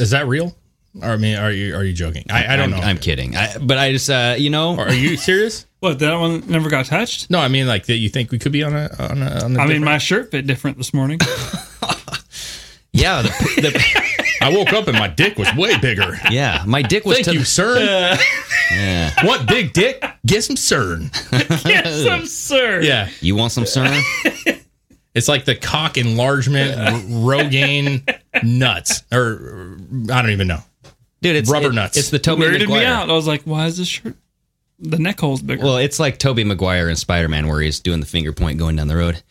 Is that real? Or I mean, are you are you joking? I, I don't I'm, know. I'm kidding. I, but I just, uh, you know, Are you serious? What that one never got touched? No, I mean like that. You think we could be on a on a on a I mean, different- my shirt fit different this morning. yeah, the, the, I woke up and my dick was way bigger. yeah, my dick was Thank to you, the- CERN. What big dick? Get some CERN. yes, I'm sir. Yeah, You want some CERN? it's like the cock enlargement r- Rogaine nuts, or I don't even know. Dude, it's Rubber it- nuts. It's the Toby Weirded McGuire. me out. I was like, why is this shirt? The neck hole's bigger. Well, it's like Toby Maguire in Spider Man where he's doing the finger point going down the road.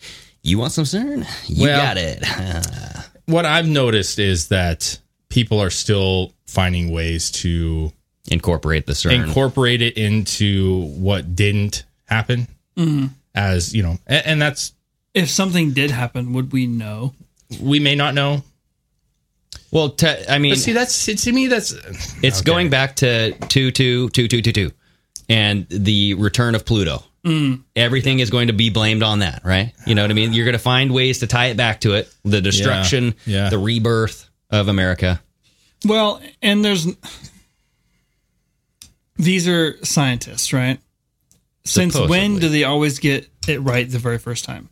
You want some CERN? You Well- got it. What I've noticed is that people are still finding ways to Incorporate the CERN. incorporate it into what didn't happen Mm-hmm. as you know and, and that's if something did happen, would we know? we may not know well, te- I mean, but see that's to me that's it's going back to two, two, two, two, two, two, and the return of Pluto. Mm. Everything is going to be blamed on that, right? You know what I mean? You're going to find ways to tie it back to it the destruction, Yeah. the rebirth, of America. Well, and there's these are scientists, right? Since when Supposedly. do they always get it right the very first time?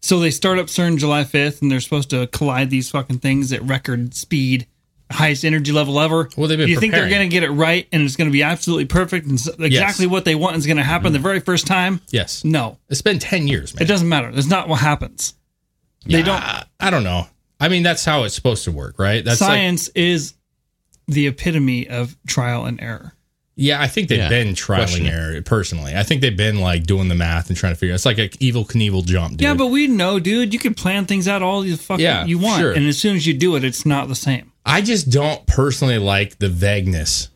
So they start up CERN July 5th and they're supposed to collide these fucking things at record speed, highest energy level ever. Well, they've been You think they're preparing. going to get it right and it's going to be absolutely perfect and s- exactly what they want is going to happen Mm. the very first time? Yes. No. It's been 10 years, man. It doesn't matter. That's not what happens. They don't I don't know. I mean, that's how it's supposed to work, right? That's like- Science is the epitome of trial and error. Yeah, I think they've Yeah. been trial Question and it. error. Personally, I think they've been like doing the math and trying to figure. out. It's like an evil Knievel jump, dude. Yeah, but we know, dude. You can plan things out all the fuck Yeah, you want, sure. and as soon as you do it, it's not the same. I just don't personally like the vagueness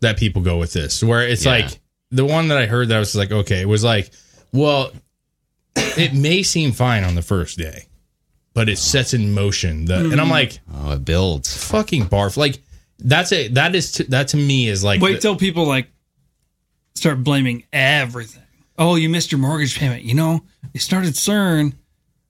that people go with this. Where it's Yeah. like the one that I heard that I was like, okay, it was like, well, it may seem fine on the first day, but it sets in motion the, and I'm Mhm. like, oh, it builds. Fucking barf! Like that's a that is to, that to me is like Wait the- till people like start blaming everything. Oh, you missed your mortgage payment. You know, you started CERN.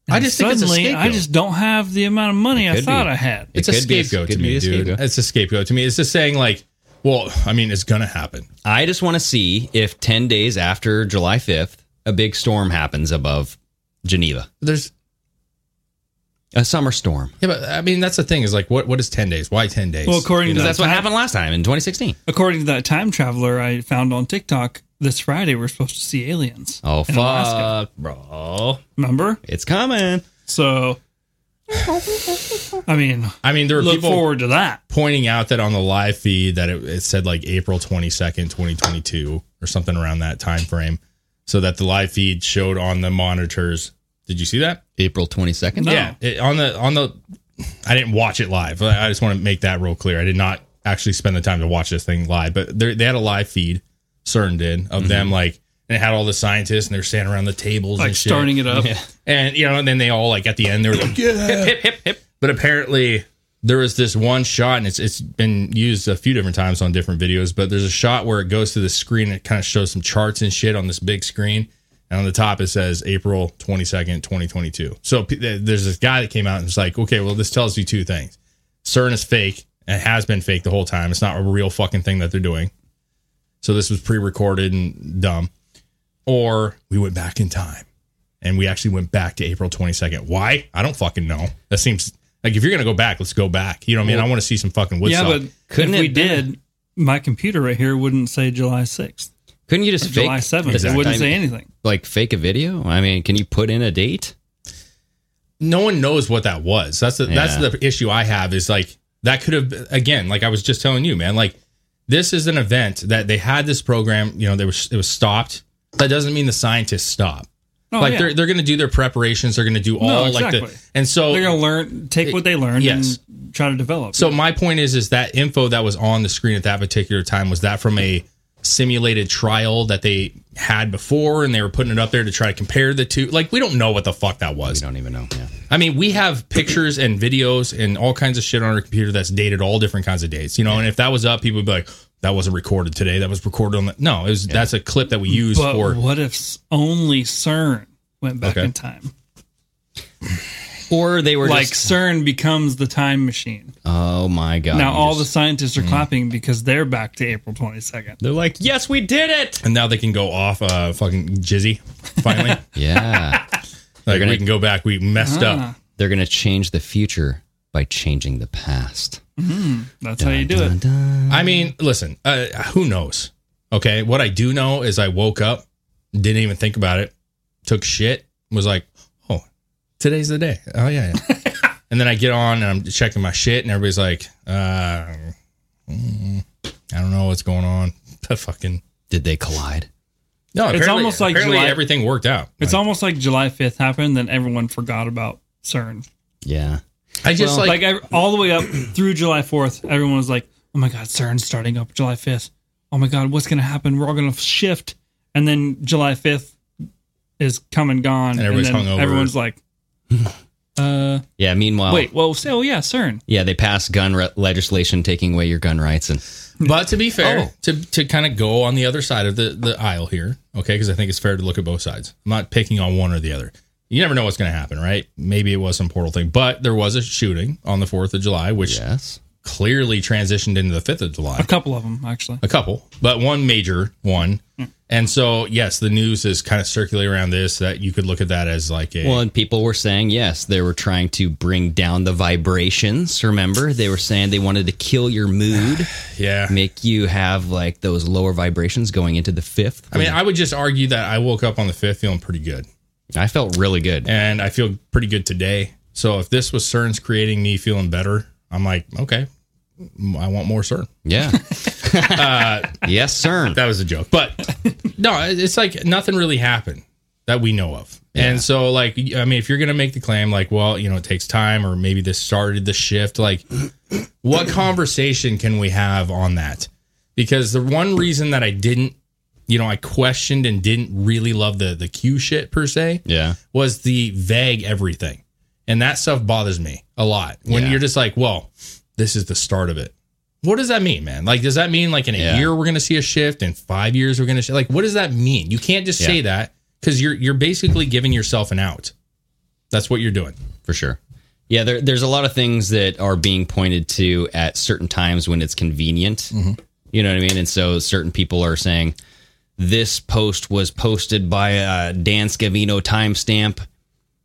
I and just think it's a suddenly I scapegoat. just don't have the amount of money I could thought be. I had. It's a scapegoat to me, dude. It's a scapegoat to me. It's just saying like, well, I mean, it's gonna happen. I just want to see if 10 days after July 5th, a big storm happens above Geneva. There's a summer storm. Yeah, but I mean, that's the thing is like, what what is ten days? Why ten days? Well, according You to know? that time- last time in 2016. According to that time traveler I found on TikTok this Friday, we're supposed to see aliens. Oh, in Alaska. fuck, bro. Remember? It's coming. So, I mean, I mean, there were Look people forward to that pointing out that on the live feed that it, it said like April twenty second, twenty twenty two, or something around that time frame, so that the live feed showed on the monitors. Did you see that? April twenty second. No. Yeah, it- on the on the. I didn't watch it live. I I just want to make that real clear. I did not actually spend the time to watch this thing live, but there- they had a live feed. CERN did of them like. And it had all the scientists, and they're standing around the tables, Mm-hmm. like and shit. starting it up. Yeah. And you know, and then they all like at the end they were like, yeah. hip, hip, hip, hip. But apparently there was this one shot, and it's it's been used a few different times on different videos. But there's a shot where it goes to the screen, and it kind of shows some charts and shit on this big screen, and on the top it says April 22nd, 2022. So p- th- there's this guy that came out and was like, okay, well this tells you two things: CERN is fake, and it has been fake the whole time. It's not a real fucking thing that they're doing. So this was pre-recorded and dumb. Or we went back in time and we actually went back to April 22nd. Why? I don't fucking know. That seems like if you're gonna go back, let's go back. You know what I mean? I want to see some fucking Woodstock. Yeah, but if we did, my computer right here wouldn't say July 6th. Couldn't you just Or fake July 7th? this It wouldn't time- say anything. Like fake a video? I mean, can you put in a date? no one knows what that was. That's the, that's Yeah. the issue I have is like that could have again, like I was just telling you, man. Like this is an event that they had this program. You know, there was it was stopped. That doesn't mean the scientists stop. Oh, like yeah. they're they're gonna do their preparations. They're gonna do all No, like exactly. the and so They're going to learn, take what they learned yes. and try to develop. So my point is, is that info that was on the screen at that particular time was that from a simulated trial that they had before, and they were putting it up there to try to compare the two. Like we don't know what the fuck that was. We Oh, don't even know. Yeah. I mean, we have pictures and videos and all kinds of shit on our computer that's dated all different kinds of dates. You know, and if that was up, people would be like, "That wasn't recorded today. That was recorded on the no. It was that's a clip that we use but for what if s- only CERN went back Okay. in time? Or they were like just- CERN becomes the time machine. Oh my god. now you all just- the scientists are Mm. clapping because they're back to April 22nd. They're like, yes, we did it. and now they can go off uh fucking jizzy finally. Yeah. like we can go back. We messed up. They're gonna change the future by changing the past. Mm, that's how you do it. I mean, listen, uh, who knows? Okay. What I do know is I woke up, didn't even think about it, took shit, was like, oh, today's the day. Oh, yeah. yeah. and then I get on and I'm checking my shit, and everybody's like, uh, mm, I don't know what's going on. fucking. Did they collide? No, It's apparently, almost like apparently July- everything worked out. It's almost like July 5th happened, then everyone forgot about CERN. Yeah. I just Well, like, I, all the way up through July 4th, everyone was like, oh my God, CERN's starting up July 5th. Oh my God, what's going to happen? We're all going to shift. And then July 5th is come and gone. And everybody's then hungover. Oh. Everyone's like, uh, Yeah. Meanwhile, wait, well, so yeah, CERN. Yeah, they passed gun re- legislation taking away your gun rights and But to be fair, Oh. to to kind of go on the other side of the, the aisle here, okay, because I think it's fair to look at both sides. I'm not picking on one or the other. you never know what's going to happen, right? Maybe it was some portal thing, but there was a shooting on the 4th of July, which clearly transitioned into the 5th of July. A couple of them, actually. A couple, but one major one. And so, yes, the news is kind of circulating around this that you could look at that as like a. Well, and people were saying, yes, they were trying to bring down the vibrations. Remember, they were saying they wanted to kill your mood. yeah. Make you have like those lower vibrations going into the fifth. I mean, I would just argue that I woke up on the 5th feeling pretty good. I felt really good. And I feel pretty good today. So if this was CERN's creating me feeling better, I'm like, okay, I want more CERN. Yeah. uh, yes, CERN. That was a joke. But no, it's like nothing really happened that we know of. And so, like, I mean, if you're going to make the claim, like, well, you know, it takes time, or maybe this started the shift, like, what conversation can we have on that? Because the one reason that I didn't, you know, I questioned and didn't really love the the Q shit per se, Yeah. was the vague everything. And that stuff bothers me a lot when you're just like, well, this is the start of it. What does that mean, man? Like, does that mean like in a Yeah. year we're going to see a shift? In five years we're going to see, like, what does that mean? You can't just say Yeah. that because you're you're basically giving yourself an out. That's what you're doing. for sure. Yeah, there, there's a lot of things that are being pointed to at certain times when it's convenient. Mm-hmm. You know what I mean? And so certain people are saying this post was posted by a Dan Scavino timestamp,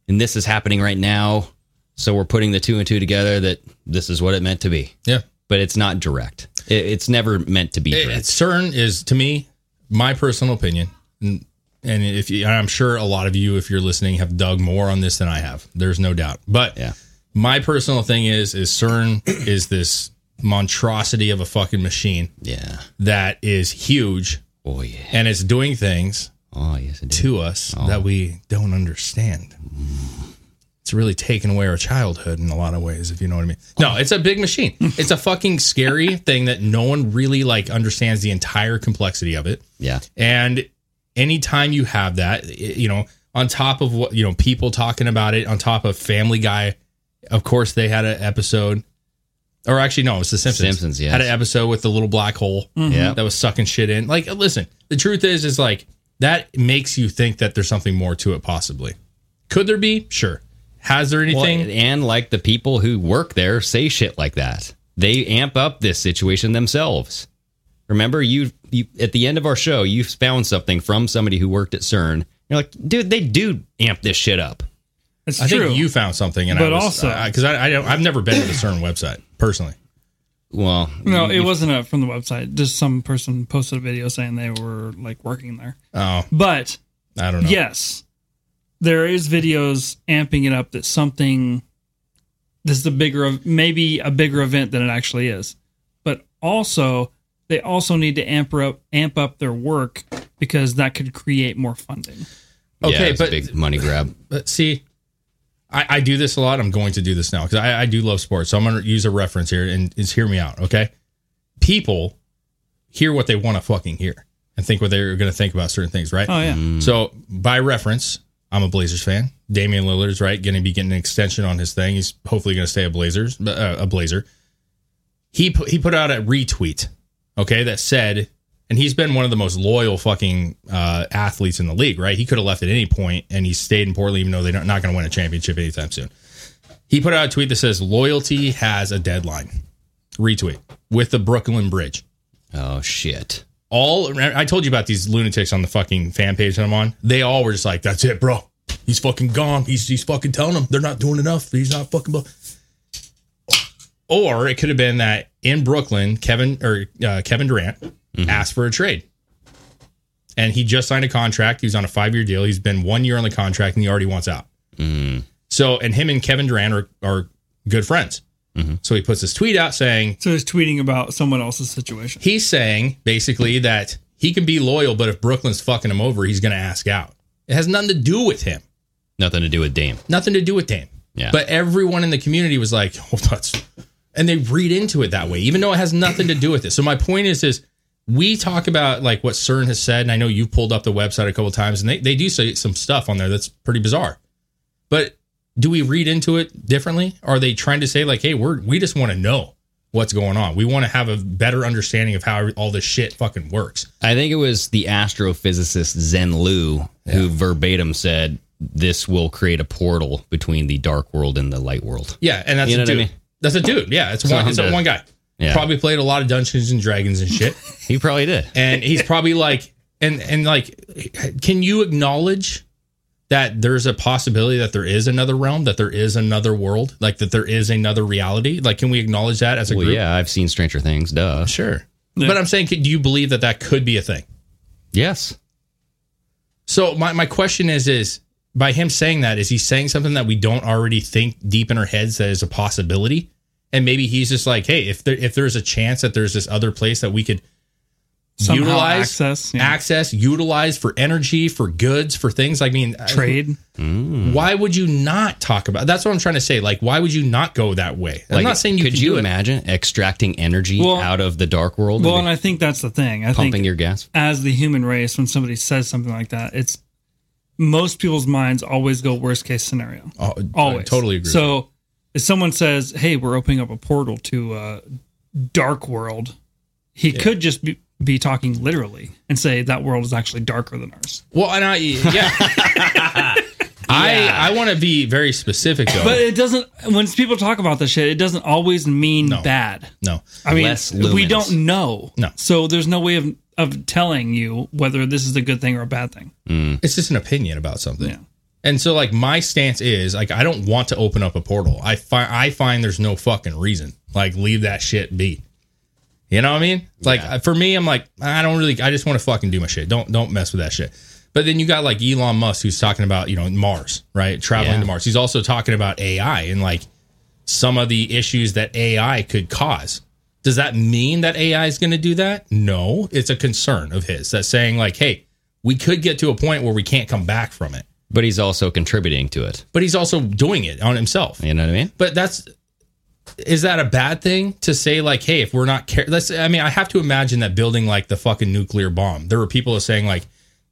and this is happening right now. So we're putting the two and two together that this is what it meant to be. Yeah. But it's not direct. It, it's never meant to be It- direct. it's Eh, CERN is to me my personal opinion, and, and if you, and I'm sure a lot of you, if you're listening, have dug more on this than I have. There's no doubt. But my personal thing is is CERN is this monstrosity of a fucking machine. Yeah, that is huge. Oh yeah, and it's doing things. Oh yes, it to us that we don't understand. It's really taken away our childhood in a lot of ways, if you know what I mean. No, it's a big machine. It's a fucking scary thing that no one really like understands the entire complexity of it. Yeah. And anytime you have that, i- you know, on top of what, you know, people talking about it, on top of Family Guy, of course, they had an episode, or actually, no, it was The Simpsons. Simpsons, yes. Had an episode with the little black hole Mhm. Yeah. that was sucking shit in. Like, listen, the truth is, is like, that makes you think that there's something more to it, possibly. Could there be? Sure. Has there anything? Well, and like the people who work there say shit like that. They amp up this situation themselves. Remember, you, you at the end of our show, you found something from somebody who worked at CERN. You're like, dude, they do amp this shit up. It's I think you found something, and But I was, also- because I, I don't, I've never been to the CERN website personally. Well, No, it wasn't a, from the website. Just some person posted a video saying they were like working there. Oh, But I don't know. Yes, there is videos amping it up that something. This is a bigger, ev- maybe a bigger event than it actually is, but also they also need to amp up amp up their work because that could create more funding. Okay, it's a but big money grab. But see, I, I do this a lot. I'm going to do this now because I, I do love sports. So I'm going to use a reference here and just hear me out. Okay. People hear what they want to fucking hear and think what they're going to think about certain things, right? Oh, yeah. Mm. So by reference, I'm a Blazers fan. Damian Lillard's right, going to be getting an extension on his thing. He's hopefully going to stay a Blazers, uh, a Blazer. He put, he put out a retweet, okay, that said, and he's been one of the most loyal fucking uh, athletes in the league, right? He could have left at any point, and he stayed in Portland, even though they're not going to win a championship anytime soon. He put out a tweet that says, "Loyalty has a deadline." Retweet with the Brooklyn Bridge. Oh shit! All I told you about these lunatics on the fucking fan page that I'm on. They all were just like, "That's it, bro. He's fucking gone. He's he's fucking telling them they're not doing enough. He's not fucking." bu-" Or it could have been that in Brooklyn, Kevin or uh, Kevin Durant asked for a trade, and he just signed a contract. He was on a five year deal. He's been one year on the contract, and he already wants out. So, and him and Kevin Durant are, are good friends. So he puts this tweet out saying, So he's tweeting about someone else's situation. He's saying basically that he can be loyal, but if Brooklyn's fucking him over, he's going to ask out. It has nothing to do with him. Nothing to do with Dame. Nothing to do with Dame. Yeah. But everyone in the community was like, "Oh, that's," and they read into it that way, even though it has nothing to do with it. So my point is, is we talk about like what CERN has said, and I know you pulled up the website a couple times, and they they do say some stuff on there that's pretty bizarre. But do we read into it differently? Are they trying to say like, "Hey, we're we just want to know what's going on. We want to have a better understanding of how all this shit fucking works." I think it was the astrophysicist Zen Lu who verbatim said, this will create a portal between the dark world and the light world. Yeah, and that's You know a what I dude. mean? That's a dude. Yeah, it's So one. I'm It's dead. a one guy. Yeah. Probably played a lot of Dungeons and Dragons and shit. he probably did. And he's probably like, and and like, can you acknowledge that there's a possibility that there is another realm, that there is another world, like that there is another reality? Like, can we acknowledge that as a Well, group? yeah, I've seen Stranger Things. Duh. Sure. But I'm saying, could- do you believe that that could be a thing? Yes. So my, my question is is by him saying that is he saying something that we don't already think deep in our heads that is a possibility? And maybe he's just like, hey, if there if there's a chance that there's this other place that we could Somehow utilize access, yeah. access, utilize for energy, for goods, for things. I mean, I- Trade. Hmm. Why would you not talk about? That's what I'm trying to say. Like, why would you not go that way? I'm Like, not saying you could can you do it. imagine extracting energy Well- out of the dark world? Well, and and I think that's the thing. I pumping think your gas. as the human race, when somebody says something like that, it's most people's minds always go worst case scenario. Oh, I always, totally agree. So if someone says, "Hey, we're opening up a portal to a dark world," he could just be, be talking literally and say that world is actually darker than ours. Well, and I yeah. I I want to be very specific though. But it doesn't. When people talk about this shit, it doesn't always mean bad. no, I mean, Less we lumens. don't know. No. So there's no way of of telling you whether this is a good thing or a bad thing. it's just an opinion about something. And so like my stance is like I don't want to open up a portal. I find I find there's no fucking reason. Like leave that shit be. You know what I mean? Like for me, I'm like I don't really. I just want to fucking do my shit. Don't don't mess with that shit. But then you got like Elon Musk who's talking about you know Mars, right? Traveling Yeah. to Mars. He's also talking about AI and like some of the issues that AI could cause. Does that mean that AI is going to do that? No, it's a concern of his that's saying like, hey, we could get to a point where we can't come back from it. But he's also contributing to it. But he's also doing it on himself. You know what I mean? But that's is that a bad thing to say like, hey, if we're not care let's I mean, I have to imagine that building like the fucking nuclear bomb. There were people saying like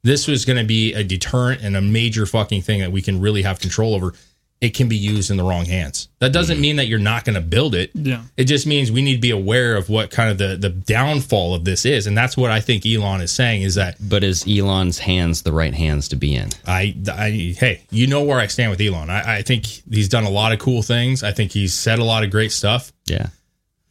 this was gonna be a deterrent and a major fucking thing that we can really have control over. It can be used in the wrong hands. That Mm-hmm. doesn't mean that you're not gonna build it. Yeah. It just means we need to be aware of what kind of the, the downfall of this is. And that's what I think Elon is saying is that But is Elon's hands the right hands to be in? I, I, hey, you know where I stand with Elon. I, I think he's done a lot of cool things. I think he's said a lot of great stuff. Yeah.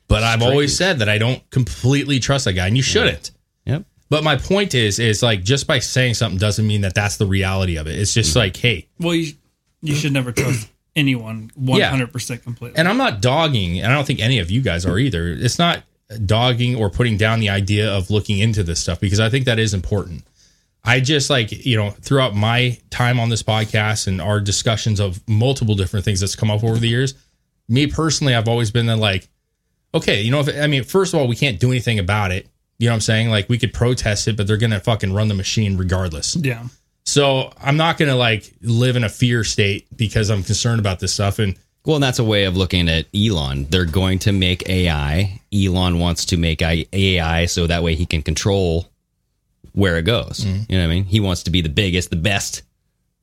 But I've always said that I don't completely trust that guy, and you shouldn't. Yep. But my point is, is like just by saying something doesn't mean that that's the reality of it. It's just like, hey, Well, you, you should never trust anyone 100% completely. and I'm not dogging, and I don't think any of you guys are either. It's not dogging or putting down the idea of looking into this stuff because I think that is important. I just like, you know, throughout my time on this podcast and our discussions of multiple different things that's come up over the years, me personally, I've always been the like, okay, you know, if I mean, first of all, we can't do anything about it. You know what I'm saying? Like, we could protest it, but they're going to fucking run the machine regardless. Yeah. So I'm not going to like live in a fear state because I'm concerned about this stuff. And Well, and that's a way of looking at Elon. They're going to make AI. Elon wants to make I- AI so that way he can control where it goes. You know what I mean? He wants to be the biggest, the best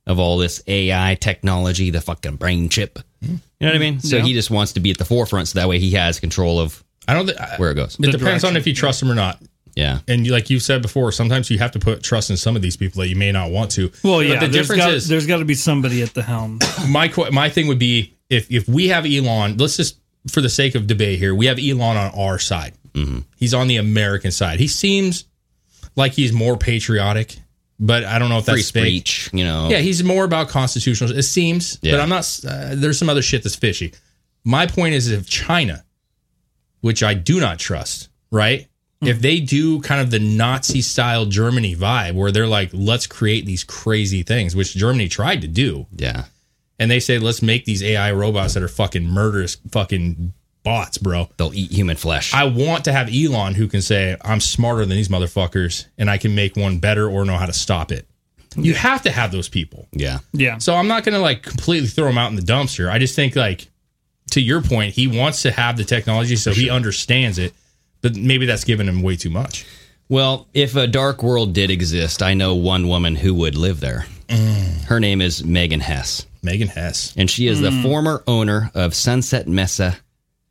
of all this AI technology, the fucking brain chip. You know what I mean? So Yeah. he just wants to be at the forefront so that way he has control of I don't, th- I- where it goes. it depends on direction. if you trust them or not. Yeah. And you, like you said before, sometimes you have to put trust in some of these people that you may not want to. Well, But yeah. the there's difference got, is there's got to be somebody at the helm. my que- my thing would be if if we have Elon, let's just for the sake of debate here, we have Elon on our side. Mm-hmm. He's on the American side. He seems like he's more patriotic, but I don't know if that's Free fake. speech, you know. Yeah, he's more about constitutional. It seems, Yeah. but I'm not. Uh, there's some other shit that's fishy. My point is, if China, which I do not trust, right? If they do kind of the Nazi style Germany vibe, where they're like, let's create these crazy things, which Germany tried to do, Yeah. and they say, let's make these AI robots that are fucking murderous fucking bots, bro. They'll eat human flesh. I want to have Elon who can say, I'm smarter than these motherfuckers and I can make one better or know how to stop it. You have to have those people. yeah. Yeah. So I'm not going to like completely throw him out in the dumpster. I just think like to your point, he wants to have the technology so he understands it, but maybe that's giving him way too much. Well, if a dark world did exist, I know one woman who would live there. Mm. Her name is Megan Hess. Megan Hess. and she is Mm. the former owner of Sunset Mesa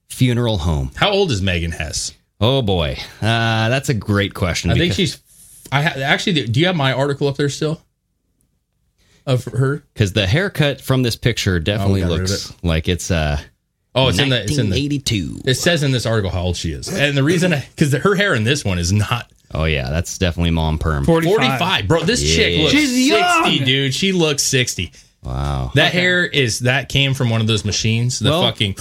Funeral Home. How old is Megan Hess? Oh boy, uh, that's a great question. I think because- she's I ha- actually do you have my article up there still? of her? Because the haircut from this Oh, picture definitely got rid of looks like it's uh Oh, it's in the it's in the 1982. It says in this article how old she is, and the reason because her hair in this one is not. Oh yeah, that's definitely mom perm. 45. bro. This chick Yeah. looks She's sixty, young! dude. She looks sixty. Wow, that hair is that came from one of those machines. The Well, fucking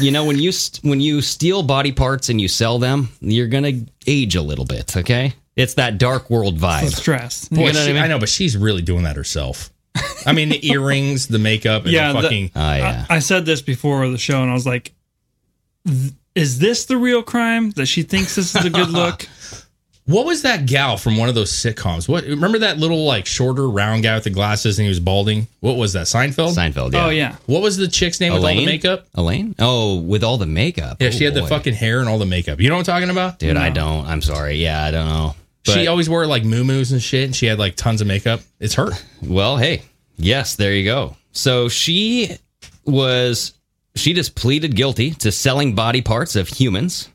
you know when you st- when you steal body parts and you sell them, you're gonna age a little bit. Okay, it's that dark world vibe. stress. Boy, she- I know, but she's really doing that herself. I mean, the earrings, the makeup, and Yeah, the- the fucking. Oh, I, I said this before the show, and I was like, "Th- "Is this the real crime that she thinks this is a good look?" What was that gal from one of those sitcoms? What remember that little like shorter round guy with the glasses and he was balding? What was that? Seinfeld. Seinfeld. Yeah. Oh, yeah. What was the chick's name with all the makeup? Elaine. Oh, with all the makeup. Yeah, Oh, she had the boy. fucking hair and all the makeup. You know what I'm talking about? Dude, I don't. I'm sorry. Yeah, I don't know. she always wore like muumuus and shit, and she had like tons of makeup. It's her. Well, hey, yes, there you go. So she was she just pleaded guilty to selling body parts of humans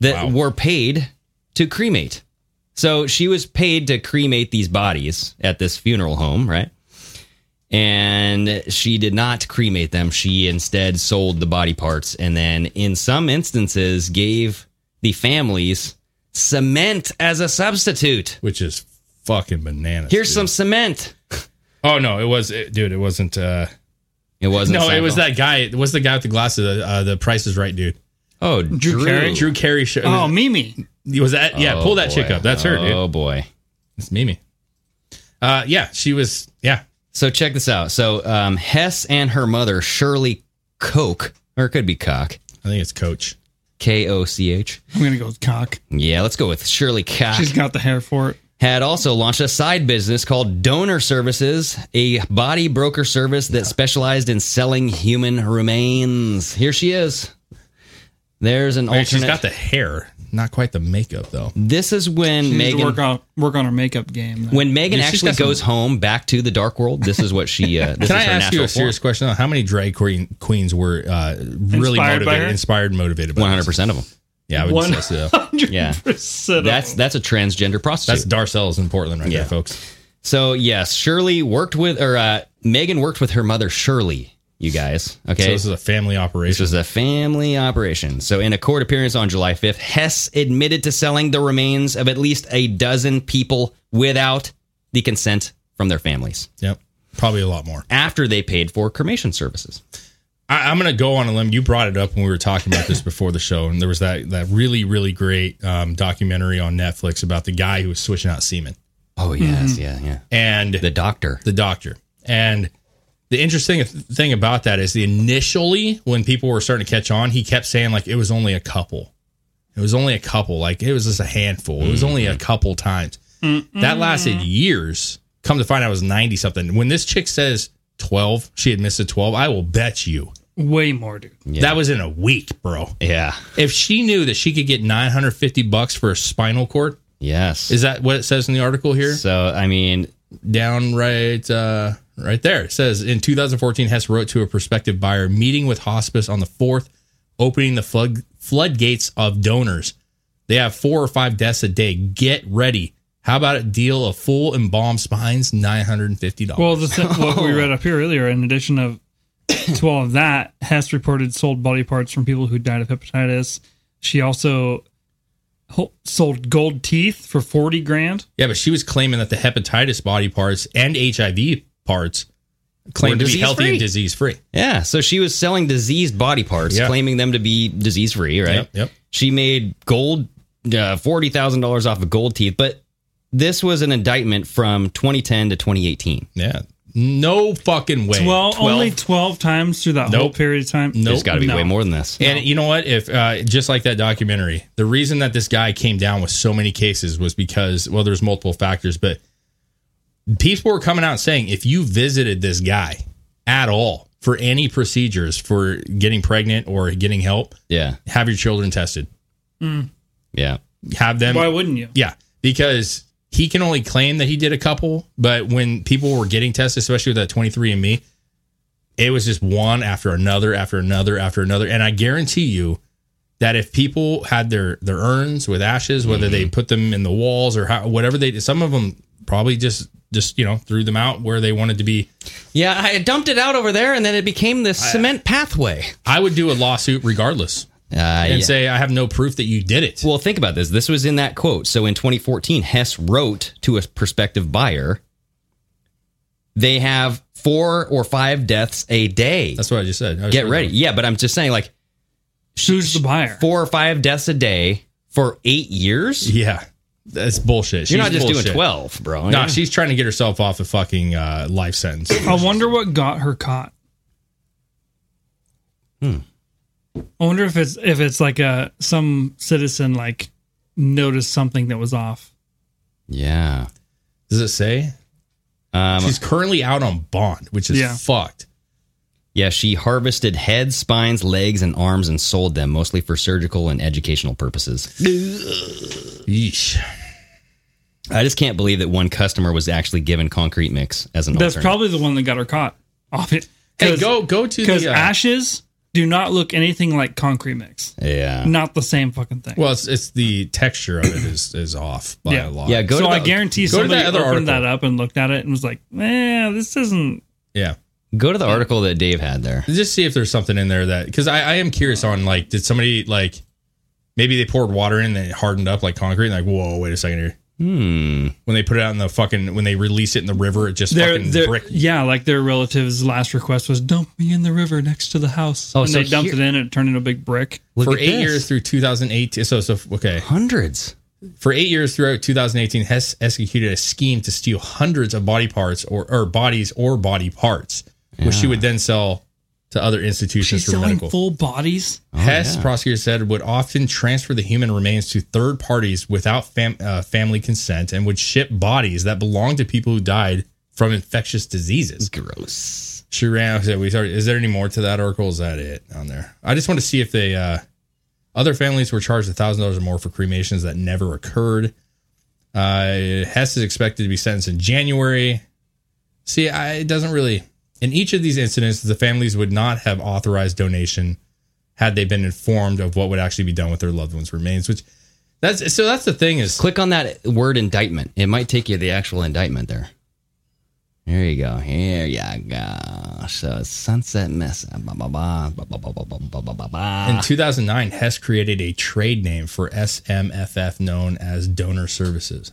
that were paid to cremate. So she was paid to cremate these bodies at this funeral home, right? And she did not cremate them. She instead sold the body parts and then, in some instances, gave the families cement as a substitute. Which is fucking bananas. Here's some cement. Oh no, it was it, dude. It wasn't. uh It wasn't. No, it Seinfeld. was that guy. It was the guy with the glasses. Uh, the Price is Right, dude. Oh, Drew Drew. Carey? Drew Carey. Show. Oh, Mimi. Was that? Yeah, Oh, pull that chick boy. up. That's her, dude. Oh boy. It's Mimi. Uh, yeah, she was. Yeah. So check this out. So um, Hess and her mother Shirley Koch, or it could be Cock. I think it's Coach. K O C H. I'm gonna go with cock. Yeah, let's go with Shirley Cock. She's got the hair for it. had also launched a side business called Donor Services, a body broker service that specialized in selling human remains. Here she is. There's an Wait, alternate. she's got the hair, not quite the makeup though. This is when She needs to Megan work on work on her makeup game. when Megan Yeah, she's actually got some- goes home back to the dark world. This is what she. Uh, this Can is I her ask you natural a serious form. question? Though? How many drag queen queens were uh, really Inspired by her? motivated, inspired, motivated? One hundred percent of them. Yeah, I would One- say so. Yeah. That's that's a transgender prostitute. That's Darcel's in Portland right there, folks. So yes, Shirley worked with or uh, Megan worked with her mother Shirley. You guys, okay? So this is a family This operation. was a family operation. So, in a court appearance on July 5th, Hess admitted to selling the remains of at least a dozen people without the consent from their families Yep, probably a lot more. after they paid for cremation services. I, I'm going to go on a limb. You brought it up when we were talking about this before the show, and there was that that really really great um, documentary on Netflix about the guy who was switching out semen. Oh, yes. Yeah. Yeah. and the doctor the doctor and the interesting thing about that is the initially when people were starting to catch on he kept saying like it was only a couple it was only a couple like it was just a handful it was only a couple times that lasted years come to find out it was 90 something when this chick says 12 she admits to 12 i will bet you Way more, dude. that was in a week bro Yeah. if she knew that she could get 950 bucks for a spinal cord Yes. is that what it says in the article here? So I mean, down right, uh, right there. It says in 2014, Hess wrote to a prospective buyer, meeting with hospice on the fourth, opening the flood floodgates of donors. They have four or five deaths a day. Get ready. How about a deal of full embalmed spines, nine hundred and fifty dollars? Well, the thing, what we read up here earlier, in addition of to all of that, Hess reported sold body parts from people who died of hepatitis. She also ho- sold gold teeth for forty grand. yeah, but she was claiming that the hepatitis body parts and HIV parts claimed Were to be healthy disease-free. and disease free. Yeah, so she was selling diseased body parts, Yeah. claiming them to be disease free, right? Yep, yep. She made gold uh, forty thousand dollars off of gold teeth, but this was an indictment from 2010 to 2018. Yeah, no fucking way. Well, only twelve times through that whole Nope. period of time. Nope. There's got to be No. way more than this. And you know what? If uh, just like that documentary, the reason that this guy came down with so many cases was because well, there's multiple factors, but people were coming out saying if you visited this guy at all for any procedures for getting pregnant or getting help, yeah, have your children tested. Mm. Yeah, have them. Why wouldn't you? Yeah, because he can only claim that he did a couple, but when people were getting tested, especially with that 23 and me, it was just one after another after another after another. And I guarantee you that if Mm-hmm. people had their their urns with ashes, whether they put them in the walls or how, whatever they did, some of them probably just just you know threw them out where they wanted to be. Yeah, I dumped it out over there, and then it became this cement pathway. I would do a lawsuit regardless. and say I have no proof that you did it. Uh, Well, think about this. This was in that quote. So in 2014, Hess wrote to a prospective buyer, they have four or five deaths a day. That's what I just said. I just Get read ready. that. Yeah, but I'm just saying, like, who's the buyer? Four or five deaths a day for eight years? Yeah. That's bullshit. You're not She's just doing bullshit. 12, bro. Nah, Oh, Yeah. she's trying to get herself off a fucking uh, life sentence. I wonder what got her caught. Hmm. I wonder if it's if it's like a some citizen like noticed something that was off. Yeah. Does it say? Um, she's currently out on bond, which is Yeah. fucked. Yeah, she harvested heads, spines, legs, and arms and sold them, mostly for surgical and educational purposes. Yeesh. I just can't believe that one customer was actually given concrete mix as an That's alternate. probably the one that got her caught off it. Hey, go go to because the uh, ashes do not look anything like concrete mix. Yeah. Not the same fucking thing. Well, it's, it's the texture of it is is off by yeah, a lot. Yeah, go so to I the- guarantee go to somebody that other opened article. that up and looked at it and was like, "Man, this isn't." Yeah. Go to the article that Dave had there. Just see if there's something in there that because I, I am curious on like did somebody like maybe they poured water in and it hardened up like concrete and like whoa wait a second here Hmm. when they put it out in the fucking when they release it in the river it just Their, fucking their- brick yeah, like their relative's last request was dump me in the river next to the house. Oh, and so they dumped here- it in and it turned into a big brick. for eight years through 2018. So, so okay, Hundreds. for eight years throughout 2018, Hess executed a scheme to steal hundreds of body parts or, or bodies or body parts, which she would then sell to other institutions She's for selling medical. full bodies. Hess yeah. prosecutors said would often transfer the human remains to third parties without fam- uh, family consent and would ship bodies that belonged to people who died from infectious diseases. Gross. She ran. Said, "We started." Is there any more to that, or is that it on there? I just want to see if they uh, other families were charged a thousand dollars or more for cremations that never occurred. Uh, Hess is expected to be sentenced in January. See, I, it doesn't really. In each of these incidents, the families would not have authorized donation had they been informed of what would actually be done with their loved ones' remains. Which that's so. That's the thing is Click on that word indictment. It might take you to the actual indictment there. There you go. Here you go. So it's sunset mess. Ba, ba, ba, ba, ba, ba, ba, ba, ba, ba, ba. In 2009, Hess created a trade name for SMFF known as Donor Services.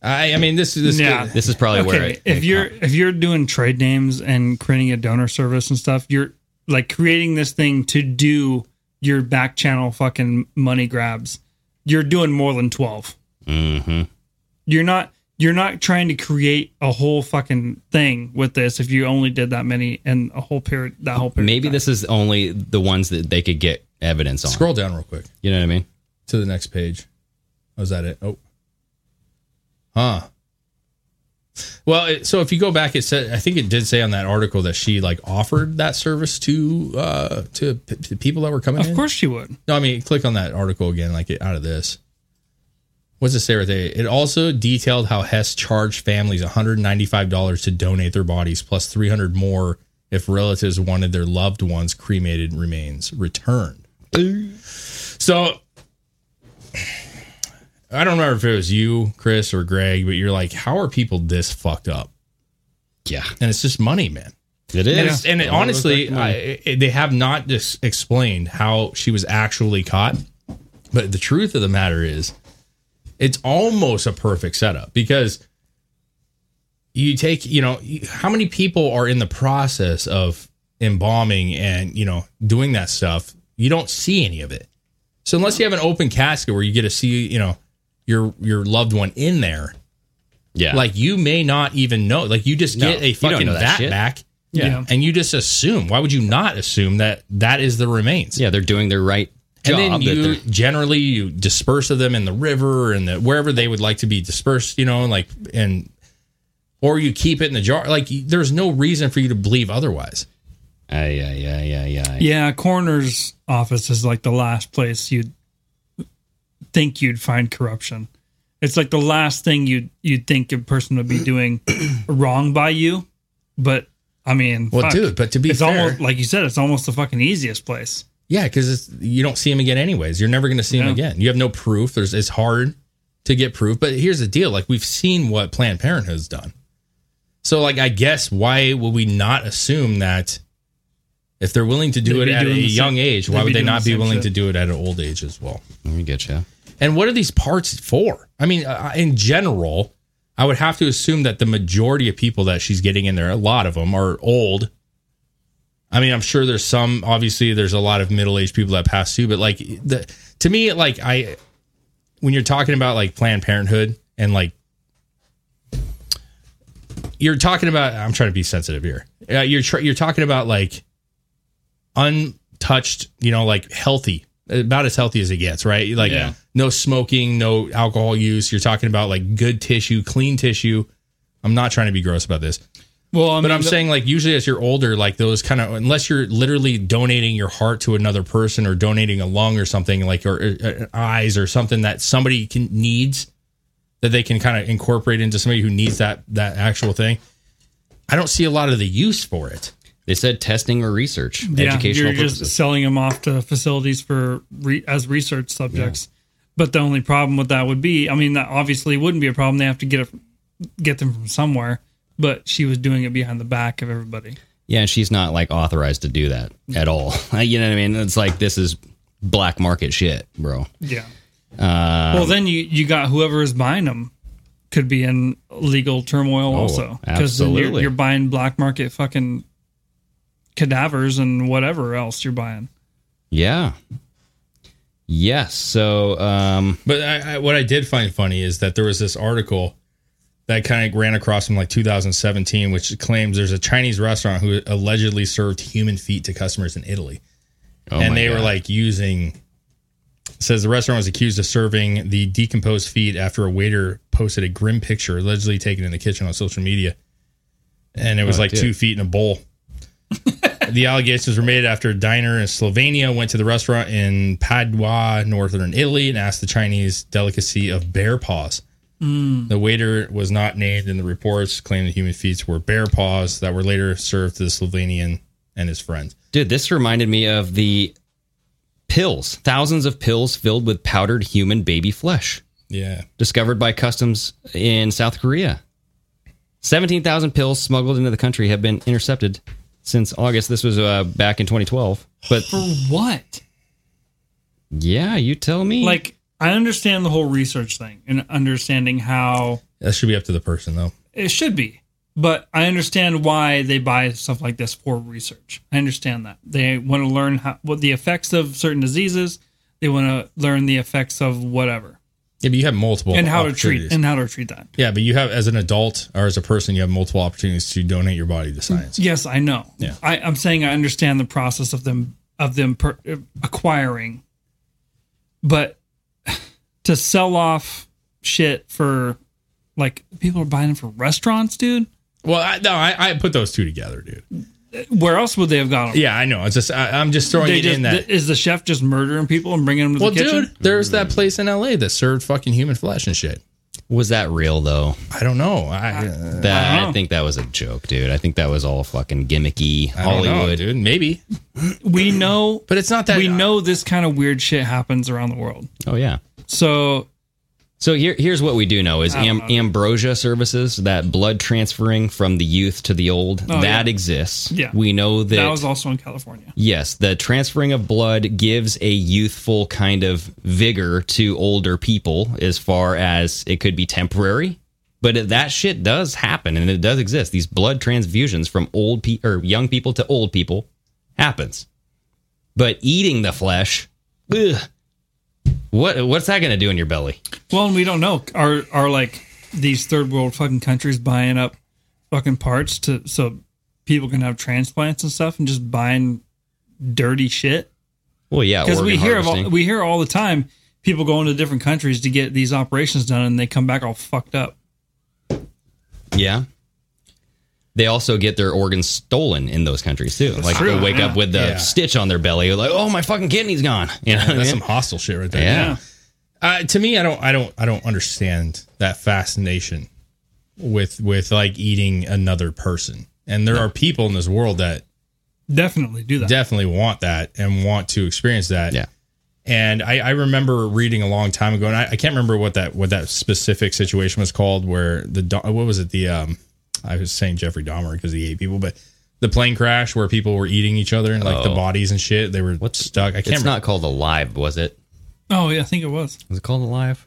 I, I mean, this is this. Yeah. This is probably where Okay, it, if you're if you're doing trade names and creating a donor service and stuff, you're like creating this thing to do your back channel fucking money grabs. You're doing more than twelve. hmm You're not you're not trying to create a whole fucking thing with this if you only did that many and a whole period that whole period. Maybe this is only the ones that they could get evidence on. Scroll down real quick You know what I mean? to the next page. Oh, is that it? Oh, huh. Well, it, so if you go back, it said I think it did say on that article that she like offered that service to uh to, p- to people that were coming. Of in. course you would. No, I mean, click on that article again, like out of this. What's it say right there? It also detailed how Hess charged families $195 to donate their bodies, plus 300 more if relatives wanted their loved ones' cremated remains returned. So I don't remember if it was you, Chris, or Greg, but you're like, how are people this fucked up? Yeah. And it's just money, man. It And, is. it's, and it, honestly, I, it, they have not just explained how she was actually caught. But the truth of the matter is, it's almost a perfect setup because you take, you know, you- how many people are in the process of embalming and, you know, doing that stuff? You don't see any of it. So unless you have an open casket where you get to see, you know, your your loved one in there, Yeah. like you may not even know. Like you just No, get a you don't fucking know that vat shit. back. Yeah. And you just assume. Why would you not assume that that is the remains? yeah, they're doing their right job. And then that you they're- generally you disperse of them in the river and the, wherever they would like to be dispersed, you know, like and or you keep it in the jar. Like you- there's no reason for you to believe otherwise. Ay, ay, ay, ay, ay. Yeah, coroner's office is like the last place you'd think you'd find corruption. It's like the last thing you'd you'd think a person would be doing wrong by you. But I mean, Well, fuck. dude, but to be it's fair- almost like you said, it's almost the fucking easiest place. Yeah, because you don't see them again anyways. You're never going to see them No. again. You have no proof. There's it's hard to get proof. But here's the deal: like we've seen what Planned Parenthood's done. So like I guess why would we not assume that if they're willing to do They'd it be at a doing the same- young age, why they'd be would they doing not the be same willing to shit. do it at an old age as well? Let me get you. And what are these parts for? I mean, uh, in general, I would have to assume that the majority of people that she's getting in there, a lot of them are old. I mean, I'm sure there's some. Obviously, there's a lot of middle aged people that pass too. But like the to me, like I, when you're talking about like Planned Parenthood and like you're talking about, I'm trying to be sensitive here. Uh, you're tr- you're talking about like untouched, you know, like healthy, about as healthy as it gets, right? Like Yeah. no smoking, no alcohol use. You're talking about like good tissue, clean tissue. I'm not trying to be gross about this. Well, but I'm the- saying like usually as you're older, like those kind of unless you're literally donating your heart to another person or donating a lung or something like or, uh, eyes or something that somebody can needs that they can kind of incorporate into somebody who needs that that actual thing. I don't see a lot of the use for it. They said testing or research, yeah, educational you're purposes. just selling them off to facilities for re- as research subjects. But the only problem with that would be, I mean, that obviously wouldn't be a problem. They have to get it, get them from somewhere. But she was doing it behind the back of everybody. Yeah, and she's not like authorized to do that at all. you know what I mean? It's like this is black market shit, bro. Yeah. Um, well, then you you got whoever is buying them could be in legal turmoil Oh, also because you're, absolutely. you're buying black market fucking cadavers and whatever else you're buying. yeah. Yes. So, um, but I, I, what I did find funny is that there was this article that kind of ran across from like 2017, which claims there's a Chinese restaurant who allegedly served human feet to customers in Italy, Oh and my they were God. like using. it Says the restaurant was accused of serving the decomposed feet after a waiter posted a grim picture allegedly taken in the kitchen on social media, and it was Oh, like dude. two feet in a bowl. the allegations were made after a diner in Slovenia went to the restaurant in Padua, northern Italy, and asked the Chinese delicacy of bear paws. Hmm. The waiter was not named in the reports, claiming the human feet were bear paws that were later served to the Slovenian and his friend. dude, this reminded me of the pills, thousands of pills filled with powdered human baby flesh. Yeah. discovered by customs in South Korea. 17,000 pills smuggled into the country have been intercepted since August. This was uh, back in 2012. But For what? yeah, you tell me. Like I understand the whole research thing and understanding how That should be up to the person, though. it should be, but I understand why they buy stuff like this for research. I understand that they want to learn how, what the effects of certain diseases. They want to learn the effects of whatever Yeah, but you have multiple and how to treat opportunities. and how to treat that. yeah, but you have as an adult or as a person, you have multiple opportunities to donate your body to science. Yes, I know. Yeah. I, I'm saying I understand the process of them of them per, acquiring, but to sell off shit for like people are buying it for restaurants, dude. Well, I, no, I, I put those two together, dude. Where else would they have got them? Yeah, I know. It's just I, I'm just throwing They it just- in that. th- is the chef just murdering people and bringing them to well, the kitchen? dude, there's that place in LA that served fucking human flesh and shit. was that real though? I don't know. I, That, I I, think that was a joke, dude. I think that was all fucking gimmicky I don't know, Hollywood. dude. Maybe. we know, but it's not that uh, we know this kind of weird shit happens around the world. Oh yeah. So So here, here's what we do know is I don't am, know. ambrosia services that blood transferring from the youth to the old Oh, that yeah. exists. Yeah. we know that. that, was also in California. Yes, the transferring of blood gives a youthful kind of vigor to older people as far as it could be temporary, but that shit does happen and it does exist. These blood transfusions from old pe- or young people to old people happens. But eating the flesh, ugh, what what's that going to do in your belly? Well, and we don't know. Are are like these third world fucking countries buying up fucking parts to so people can have transplants and stuff and just buying dirty shit? Well, yeah, Because we organ hear of all, harvesting. we hear all the time people going to different countries to get these operations done and they come back all fucked up. Yeah. They also get their organs stolen in those countries too. like true, they wake yeah. up with the Yeah. stitch on their belly, like, oh my fucking kidney's gone. You know what I That's mean? some hostile shit right there. Yeah. Uh, to me, I don't, I don't, I don't understand that fascination with with like eating another person. And there are people in this world that Definitely do that. definitely want that and want to experience that. Yeah. And I, I remember reading a long time ago, and I, I can't remember what that what that specific situation was called, where the Do- what was it the um I was saying Jeffrey Dahmer because he ate people, but the plane crash where people were eating each other and like the Oh. bodies and shit, they were stuck. I can't. It's not called Alive, was it? Oh yeah, I think it was. Was it called Alive?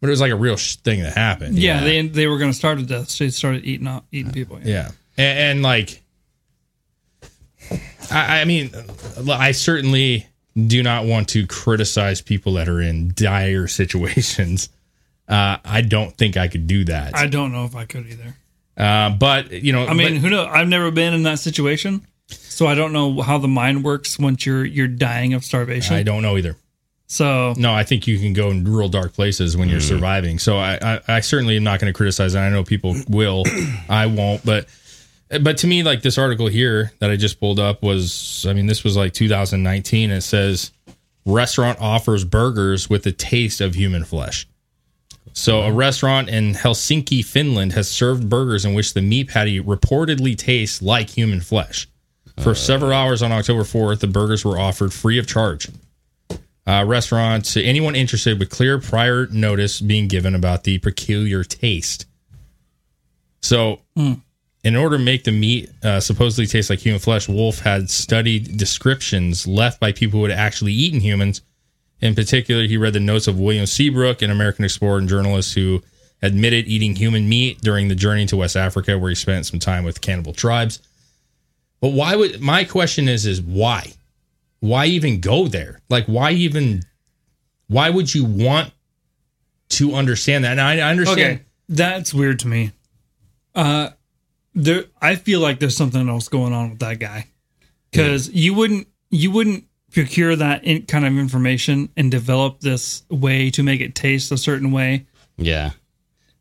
But it was like a real sh- thing that happened. Yeah, they they were going to starve to death. So they started eating up, eating people. Yeah, and, and like, I, I mean, I certainly do not want to criticize people that are in dire situations. Uh, I don't think I could do that. I don't know if I could either. Uh, but you know, I mean, but- who knows? I've never been in that situation, so I don't know how the mind works once you're you're dying of starvation. I don't know either. So no, I think you can go in real dark places when you're Mm. surviving. So I, I, I certainly am not going to criticize, and I know people will. I won't, but but to me, like this article here that I just pulled up was, I mean, this was like 2019. It says restaurant offers burgers with the taste of human flesh. So, a restaurant in Helsinki, Finland, has served burgers in which the meat patty reportedly tastes like human flesh. For several hours on October 4th, the burgers were offered free of charge. Uh, restaurants, anyone interested with clear prior notice being given about the peculiar taste. So, in order to make the meat uh, supposedly taste like human flesh, Wolf had studied descriptions left by people who had actually eaten humans. In particular, he read the notes of William Seabrook, an American explorer and journalist who admitted eating human meat during the journey to West Africa, where he spent some time with cannibal tribes. But why would my question is is why? Why even go there? Like why even why would you want to understand that? And I, I understand Okay, that's weird to me. Uh, there, I feel like there's something else going on with that guy, because you wouldn't you wouldn't procure that in, kind of information and develop this way to make it taste a certain way, Yeah.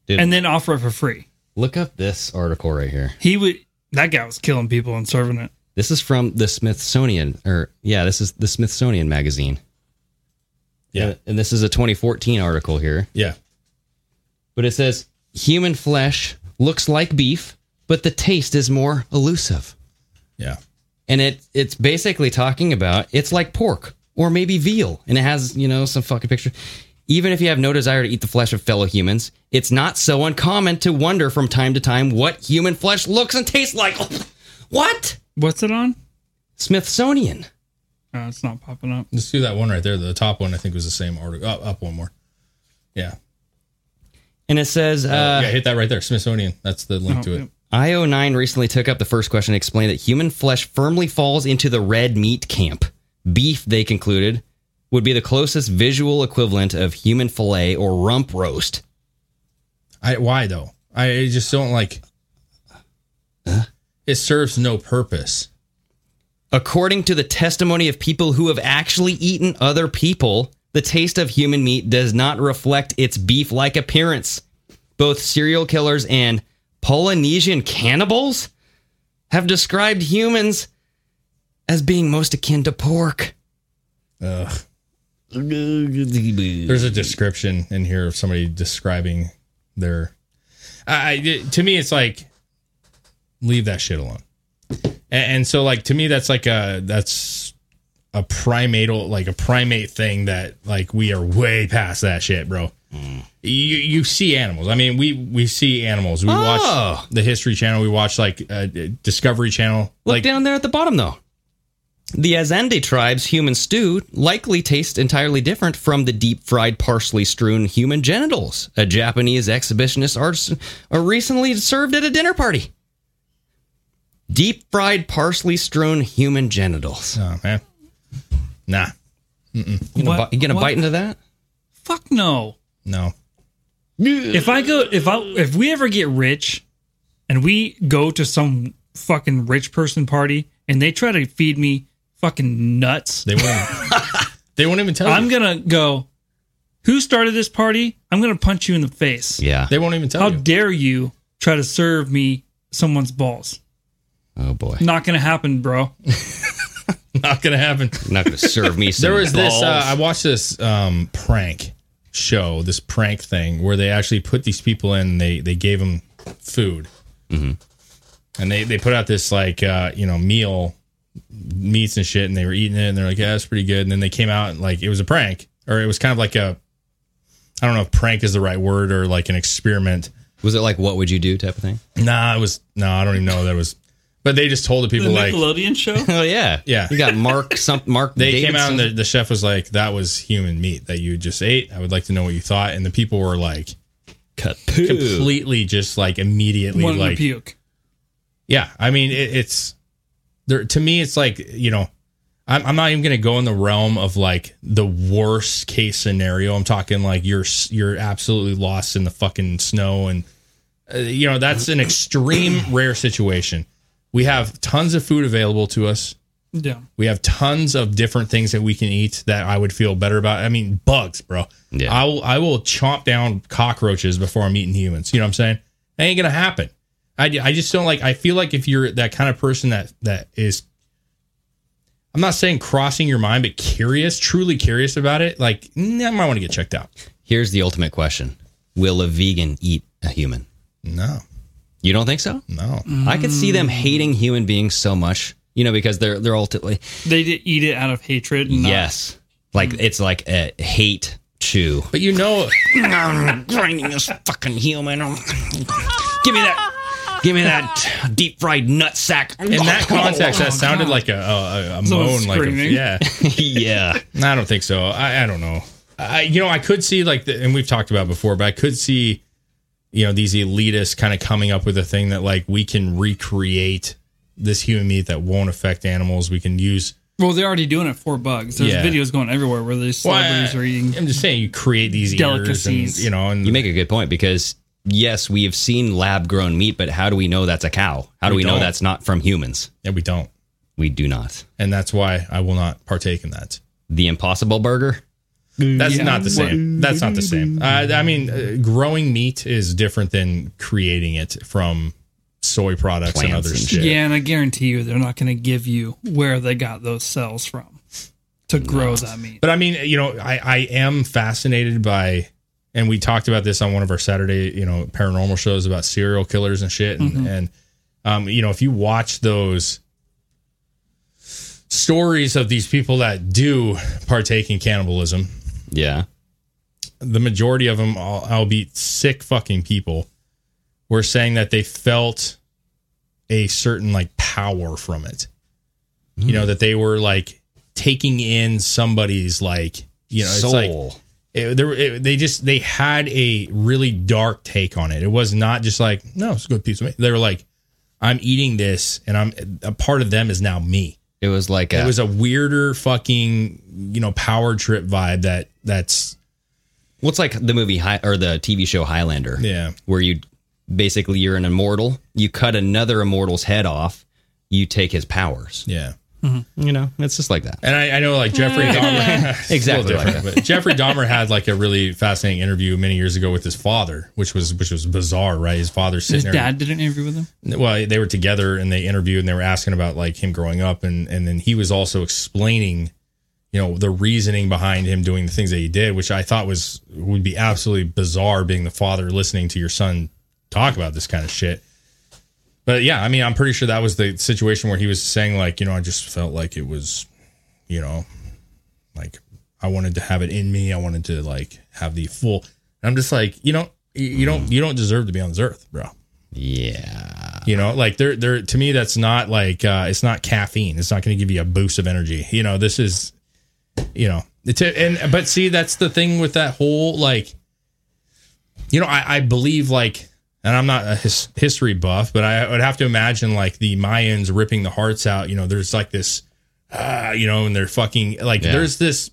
Dude, and then offer it for free. look up this article right here. He would. That guy was killing people and serving it. This is from the Smithsonian, or yeah, this is the Smithsonian magazine. Yeah. And- And this is a 2014 article here. Yeah. But it says human flesh looks like beef, but the taste is more elusive. Yeah. And it it's basically talking about it's like pork or maybe veal, and it has you know some fucking picture. Even if you have no desire to eat the flesh of fellow humans, it's not so uncommon to wonder from time to time what human flesh looks and tastes like. What? What's it on? Smithsonian. Uh, it's not popping up. Let's do that one right there. The top one I think was the same article. Up, up one more. Yeah. And it says, uh, yeah, hit that right there. Smithsonian. That's the link to it. IO9 recently took up the first question and explained that human flesh firmly falls into the red meat camp. Beef, they concluded, would be the closest visual equivalent of human fillet or rump roast. I why though? I just don't like. It serves no purpose. According to the testimony of people who have actually eaten other people, the taste of human meat does not reflect its beef like appearance. Both serial killers and Polynesian cannibals have described humans as being most akin to pork. Ugh. There's a description in here of somebody describing their. I, I- to me, it's like leave that shit alone. And, and so, like to me, that's like a that's a primatal like a primate thing that like we are way past that shit, bro. You you see animals. I mean, we we see animals. We Oh. watch the History Channel. We watch like uh, Discovery Channel. Look like down there at the bottom, though. The Azande tribe's human stew likely tastes entirely different from the deep fried parsley strewn human genitals a Japanese exhibitionist artisan uh, recently served at a dinner party. Deep fried parsley strewn human genitals. Oh, man. Nah. Mm-mm. You gonna, What- bi- you gonna what- bite into that? Fuck no. No. If I go, if I, if we ever get rich, and we go to some fucking rich person party, and they try to feed me fucking nuts, they won't. they won't even tell. I'm gonna go. Who started this party? I'm gonna punch you in the face. Yeah. They won't even tell How you. dare you try to serve me someone's balls? Oh boy. Not gonna happen, bro. Not gonna happen. Not gonna serve me some there was this. Uh, balls. I watched this um, prank show, this prank thing where they actually put these people in. And they they gave Mm-hmm. them food, and they they put out this like uh, you know meal meats and shit, and they were eating it, and they're like, "Yeah, it's pretty good." And then they came out and like it was a prank, or it was kind of like a, I don't know if prank is the right word or like an experiment. Was it like what would you do type of thing? Nah, it was no, I don't even know that was. But they just told the people the like Nickelodeon show. oh yeah, yeah. You got Mark some Mark. they Davidson. came out and the, the chef was like, "That was human meat that you just ate. I would like to know what you thought." And the people were like, Kapoo. completely just like immediately Wanted to like puke. Yeah, I mean it, it's there to me. It's like you know, I'm, I'm not even going to go in the realm of like the worst case scenario. I'm talking like you're s- you're absolutely lost in the fucking snow, and uh, you know that's an extreme rare situation. We have tons of food available to us. Yeah. We have tons of different things that we can eat that I would feel better about. I mean, bugs, bro. Yeah. I will I will chomp down cockroaches before I'm eating humans. You know what I'm saying? That ain't gonna happen. I, I just don't like I feel like if you're that kind of person that that is I'm not saying crossing your mind, but curious, truly curious about it, like nah, I might want to get checked out. Here's the ultimate question: Will a vegan eat a human? No. You don't think so? No. I could see them hating human beings so much, you know, because they're they're ultimately They did eat it out of hatred. and not- yes, like it's like a hate chew. But you know I'm grinding this fucking human. Give me that. Give me that deep fried nut sack. In that context, that sounded like a, a, a- a Oh, Someone moan, like a, screaming. yeah, yeah. I don't think so. I, I don't know. I, you know, I could see like, the, and we've talked about it before, but I could see, you know, these elitists kind of coming up with a thing that like we can recreate this human meat that won't affect animals. We can use. Well, they're already doing it for bugs. There's Yeah. videos going everywhere where these Well, I- celebrities are eating. I'm just saying, you create these ears, Delicacies. and you know, and You make a good point because yes, we have seen lab grown meat, but how do we know that's a cow? How do we, We know don't. that's not from humans? yeah, we don't, We do not. and that's why I will not partake in that. The Impossible Burger. That's Mm, Yeah. Mm. not the same. That's not the same. I, I mean, uh, growing meat is different than creating it from soy products and Plants other and shit. Yeah, and I guarantee you they're not going to give you where they got those cells from to grow that meat. But I mean, you know, I, I am fascinated by, and we talked about this on one of our Saturday, you know, paranormal shows about serial killers and shit. And, and um, you know, if you watch those stories of these people that do partake in cannibalism, Yeah. the majority of them, I'll, I'll be sick fucking people, were saying that they felt a certain like power from it. You know, that they were like taking in somebody's like, you know, Soul. it's like it, there, it, they just they had a really dark take on it. It was not just like no, it's a good piece of meat. They were like, I'm eating this, and I'm a part of them is now me. it was like a, It was a weirder fucking you know power trip vibe that that's What's like the movie High, or the TV show Highlander? Yeah. where you basically you're an immortal. You cut another immortal's head off. You take his powers. yeah. You know, it's just like that. And I, I know like Jeffrey Dahmer, it's a little Exactly like different, that. but Jeffrey Dahmer had like a really fascinating interview many years ago with his father, which was which was bizarre, right? His father sitting His there. dad did an interview with him. Well, they were together and they interviewed and they were asking about like him growing up, and and then he was also explaining, you know, the reasoning behind him doing the things that he did, which I thought was would be absolutely bizarre, being the father listening to your son talk about this kind of shit. But yeah, I mean, I'm pretty sure that was the situation where he was saying like, you know, I just felt like it was, you know, like I wanted to have it in me. I wanted to like have the full. And I'm just like, you know, you, you don't you don't deserve to be on this earth, bro. Yeah, You know, like they're they're to me that's not like uh it's not caffeine. It's not going to give you a boost of energy. You know, this is you know, it's a, and but see that's the thing with that whole like you know, I I believe like and I'm not a his, history buff, but I would have to imagine like the Mayans ripping the hearts out, you know, there's like this uh, you know, and they're fucking like Yeah. there's this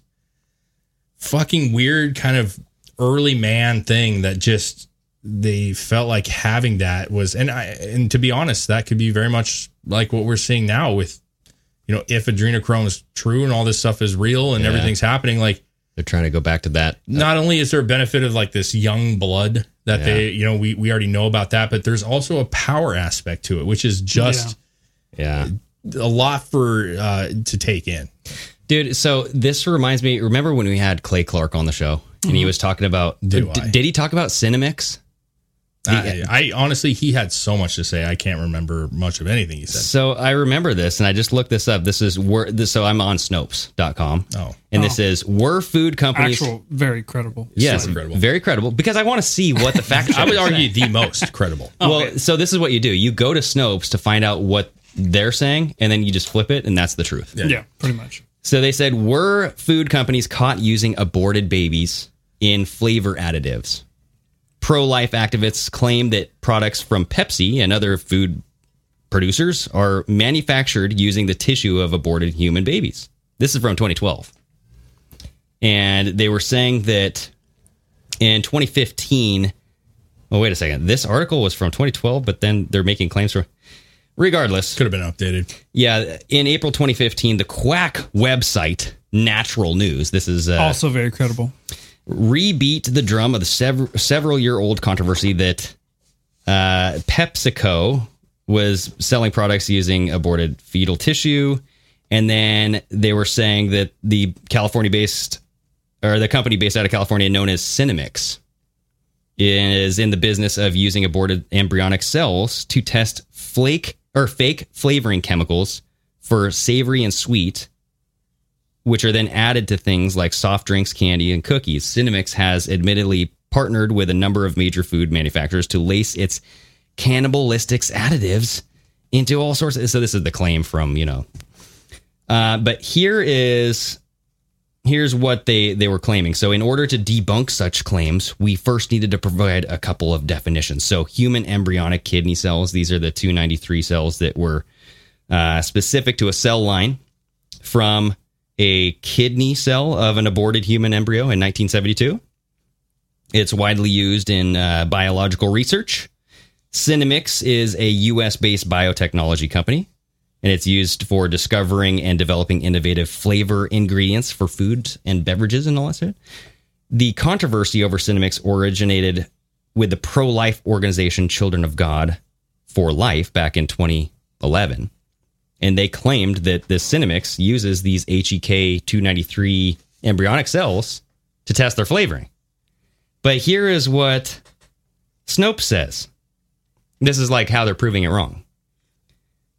fucking weird kind of early man thing that just they felt like having that was and I and to be honest, that could be very much like what we're seeing now with you know, if adrenochrome is true and all this stuff is real and Yeah. everything's happening, like they're trying to go back to that. not only is there a benefit of like this young blood that they, you know, we we already know about that, but there's also a power aspect to it, which is just Yeah, a lot for uh to take in. dude. So this reminds me. Remember when we had Clay Clark on the show and he was talking about? Do I? did he talk about Cinemix? I, I honestly, he had so much to say. I can't remember much of anything he said. So I remember this, and I just looked this up. This is where this. So I'm on Snopes.com. Oh, and this is were food companies Actual, very credible. Yes, very credible. Because I want to see what the fact. I would checkers argue say. the most credible. well, so this is what you do. You go to Snopes to find out what they're saying, and then you just flip it, and that's the truth. Yeah. pretty much. So they said, were food companies caught using aborted babies in flavor additives? Pro life activists claim that products from Pepsi and other food producers are manufactured using the tissue of aborted human babies. This is from 2012. And they were saying that in 2015, well, wait a second. This article was from 2012, but then they're making claims for. Regardless, could have been updated. Yeah, in April 2015, the Quack website, Natural News. This is uh, also very credible. rebeat the drum of the sev- several year old controversy that uh, PepsiCo was selling products using aborted fetal tissue. And then they were saying that the California based or the company based out of California known as Cinemix is in the business of using aborted embryonic cells to test flake or fake flavoring chemicals for savory and sweet which are then added to things like soft drinks, candy, and cookies. Cinemix has admittedly partnered with a number of major food manufacturers to lace its cannibalistic additives into all sorts of. So this is the claim from you know. Uh, but here is here's what they they were claiming. So in order to debunk such claims, we first needed to provide a couple of definitions. So human embryonic kidney cells, these are the 293 cells that were uh, specific to a cell line from a kidney cell of an aborted human embryo in 1972. It's widely used in uh, biological research. Cinemix is a US based biotechnology company, and it's used for discovering and developing innovative flavor ingredients for foods and beverages and all that stuff. The controversy over Cinemix originated with the pro life organization Children of God for Life back in 2011 and they claimed that this Cinemix uses these E HEK 293 embryonic cells to test their flavoring. But here is what Snopes says. This is like how they're proving it wrong.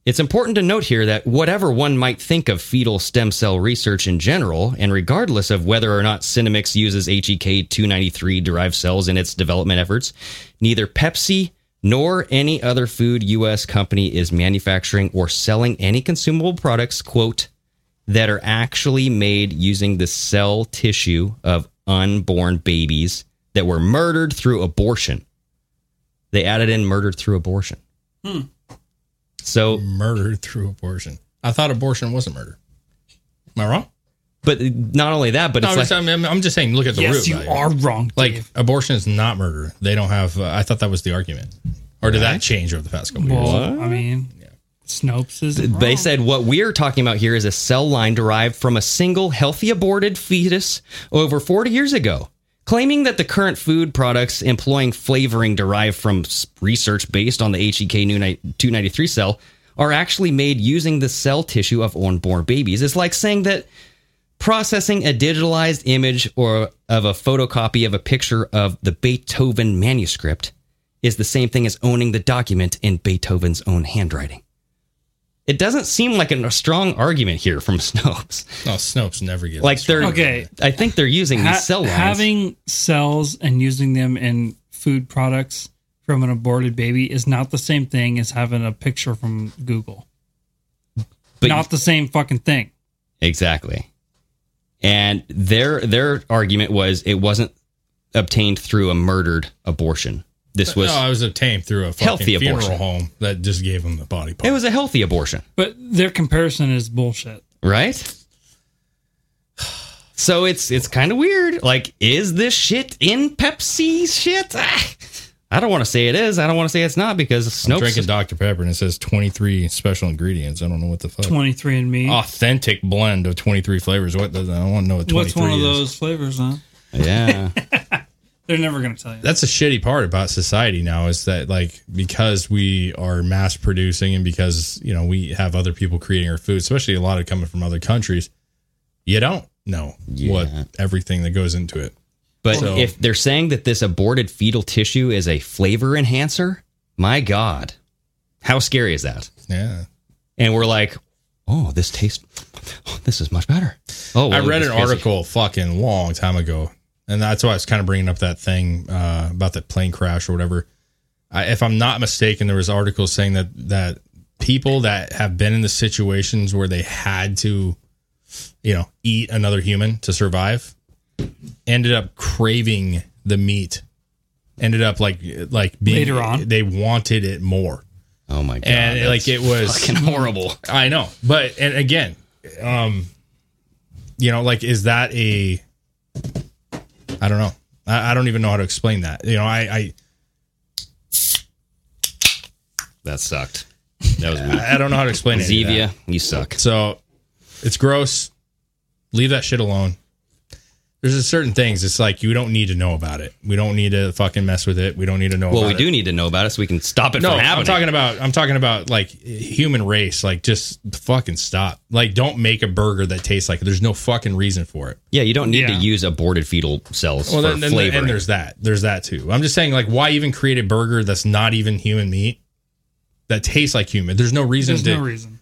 It's important to note here that whatever one might think of fetal stem cell research in general, and regardless of whether or not Cinemix uses E HEK 293 derived cells in its development efforts, neither Pepsi nor any other food U.S. company is manufacturing or selling any consumable products, quote, that are actually made using the cell tissue of unborn babies that were murdered through abortion. They added in murdered through abortion. Hmm. So murdered through abortion. I thought abortion wasn't murder. Am I wrong? But not only that, but No, it's I'm, like, just, I'm, I'm just saying, look at the Yes, root. you value. are wrong, Like Dave. abortion is not murder. They don't have. Uh, I thought that was the argument, or did that change over the past couple years? Well, I mean, Snopes is They said what we're talking about here is a cell line derived from a single healthy aborted fetus over 40 years ago, claiming that the current food products employing flavoring derived from s- research based on the E HEK 293 cell are actually made using the cell tissue of unborn babies. It's like saying that processing a digitalized image or of a photocopy of a picture of the Beethoven manuscript is the same thing as owning the document in Beethoven's own handwriting. It doesn't seem like an- a strong argument here from Snopes. No, Snopes never gets Like they're Okay. I think they're using Ha- these cell lines. Having cells and using them in food products from an aborted baby is not the same thing as having a picture from Google. But- not the same fucking thing. Exactly. And their their argument was it wasn't obtained through a murdered abortion. This was no, I was obtained through a fucking Healthy funeral abortion. home that just gave him the body part. it was a healthy abortion. But their comparison is bullshit. right? So it's it's kind of weird. Like, is this shit in Pepsi's shit? Ah, I don't want to say it is. I don't want to say it's not because I'm drinking Snopes. Dr Pepper and it says 23 special ingredients. I don't know what the fuck. 23 and me. authentic blend of 23 flavors. What does I want to know what 23 What's one of is. those flavors, huh? Yeah. They're never going to tell you. That's the shitty part about society now is that like because we are mass producing and because, you know, we have other people creating our food, especially a lot of coming from other countries, you don't know what everything that goes into it. But So- if they're saying that this aborted fetal tissue is a flavor enhancer, my God, how scary is that? Yeah. And we're like, oh, this tastes, this is much better. Oh, I well, read it's an fizzy. article fucking long time ago, and that's why I was kind of bringing up that thing uh, about that plane crash or whatever. I, if I'm not mistaken, there was articles saying that that people that have been in the situations where they had to, you know, eat another human to survive, ended up craving the meat. Ended up like like being Later on. they wanted it more. Oh my god! and like that's it was fucking horrible. I know, but and again, um, you know, like is that a? I don't know. I, I don't even know how to explain that. You know, I That sucked. That was weak. I, I don't know how to explain it. Zevia, you suck. So it's gross. Leave that shit alone. There's a certain things. It's like you don't need to know about it. We don't need to fucking mess with it. We don't need to know. Well, about we it. do need to know about it so we can stop it no, from happening. I'm talking about I'm talking about like human race. Like just fucking stop. Like don't make a burger that tastes like it. There's no fucking reason for it. yeah, you don't need to use aborted fetal cells Well, for then, then- flavoring. and there's that. There's that too. I'm just saying, like, why even create a burger that's not even human meat that tastes like human? There's no reason. There's to, no reason.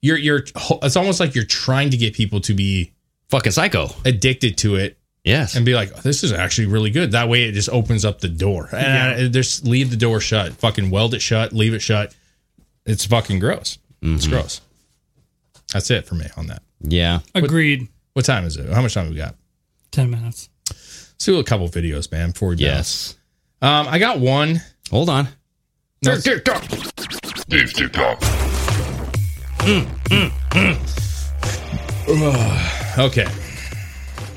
You're you're. It's almost like you're trying to get people to be fucking psycho, addicted to it. Yes, and be like, this is actually really good. That way, it just opens up the door. And I- just leave the door shut. Fucking weld it shut. Leave it shut. It's fucking gross. It's Mhm. gross. That's it for me on that. Yeah. Agreed. What, what time is it? How much time we got? 10 minutes. Let's do a couple videos, man, before we Yes. Um, I got one. Hold on. No, it's- Dave's TikTok. Ugh, Hmm, okay.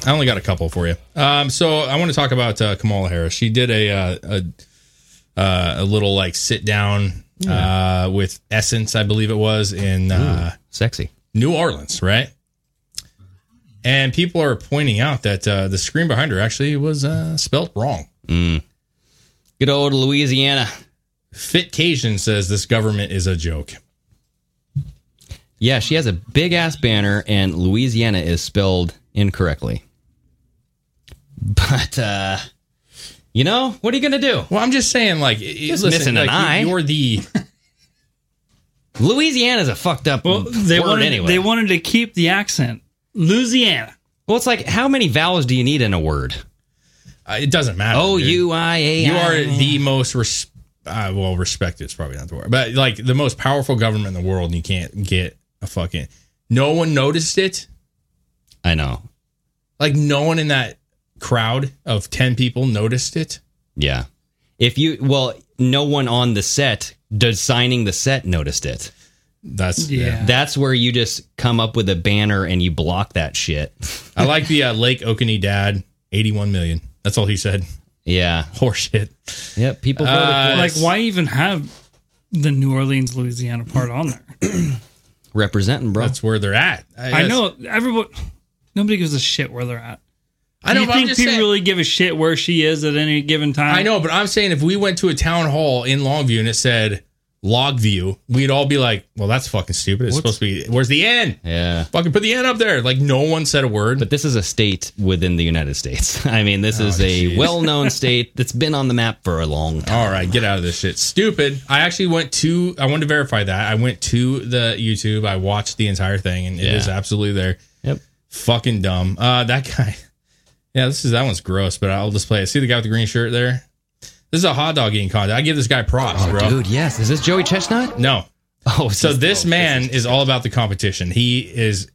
I only got a couple for you. Um, so I want to talk about uh, Kamala Harris. She did a uh, a, uh, a little like sit down uh, with Essence, I believe it was in Hmm. uh, sexy New Orleans, right? And people are pointing out that uh, the screen behind her actually was uh, spelt wrong. Mm. Good old Louisiana. Fitcation says this government is a joke. Yeah, she has a big ass banner, and Louisiana is spelled incorrectly. But uh you know what are you gonna do? Well, I'm just saying, like, just listen, missing an like, you- eye. you're the Louisiana's a fucked up They word wanted, anyway. they wanted to keep the accent. Louisiana. well, it's like how many vowels do you need in a word? Uh, it doesn't matter. O dude. U I A. You are the most res- uh, well respected. It's probably not the word, but like the most powerful government in the world. And you can't get a fucking. No one noticed it. I know. Like no one in that crowd of ten people noticed it. Yeah. If you well, no one on the set designing the set noticed it. That's Yeah. That's where you just come up with a banner and you block that shit. I like the uh, Lake Oconee dad. Eighty-one million. That's all he said. Yeah. Horseshit. Uh, Yeah. People voted for it. like, why even have the New Orleans, Louisiana part on there? representing, bro. That's where they're at. I know everyone. Nobody gives a shit where they're at. I Do know, You but I'm think just people saying- really give a shit where she is at any given time? I know, but I'm saying if we went to a town hall in Longview and it said Logview, we'd all be like, "Well, that's fucking stupid." It's supposed to be. Where's the N? Yeah. Fucking put the N up there. Like no one said a word. But this is a state within the United States. I mean, Oh, this is a well known state that's been on the map for a long time. All right, get out of this shit. Stupid. I actually went to. I wanted to verify that. I went to the YouTube. I watched the entire thing, and it Yeah. is absolutely there. Yep. Fucking dumb. Uh, that guy. Yeah, this is that one's gross, but I'll display it. See the guy with the green shirt there. This is a hot dog eating contest. I give this guy props, Oh, bro. Oh, Dude, yes. Is this Joey Chestnut? No. Oh, so this man is, all about the competition. He is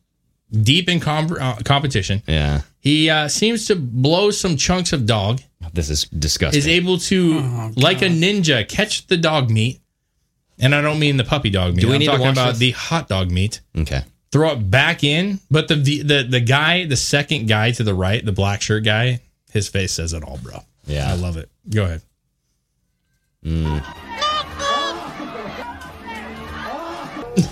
deep in com- uh, competition. Yeah. He uh, seems to blow some chunks of dog. This is disgusting. Is able to, Oh, like a ninja, catch the dog meat. And I don't mean the puppy dog meat. Do we I'm need to talking watch about this? the hot dog meat. okay. Throw it back in. But the, the the the guy, the second guy to the right, the black shirt guy, his face says it all, bro. Yeah. I love it. Go ahead.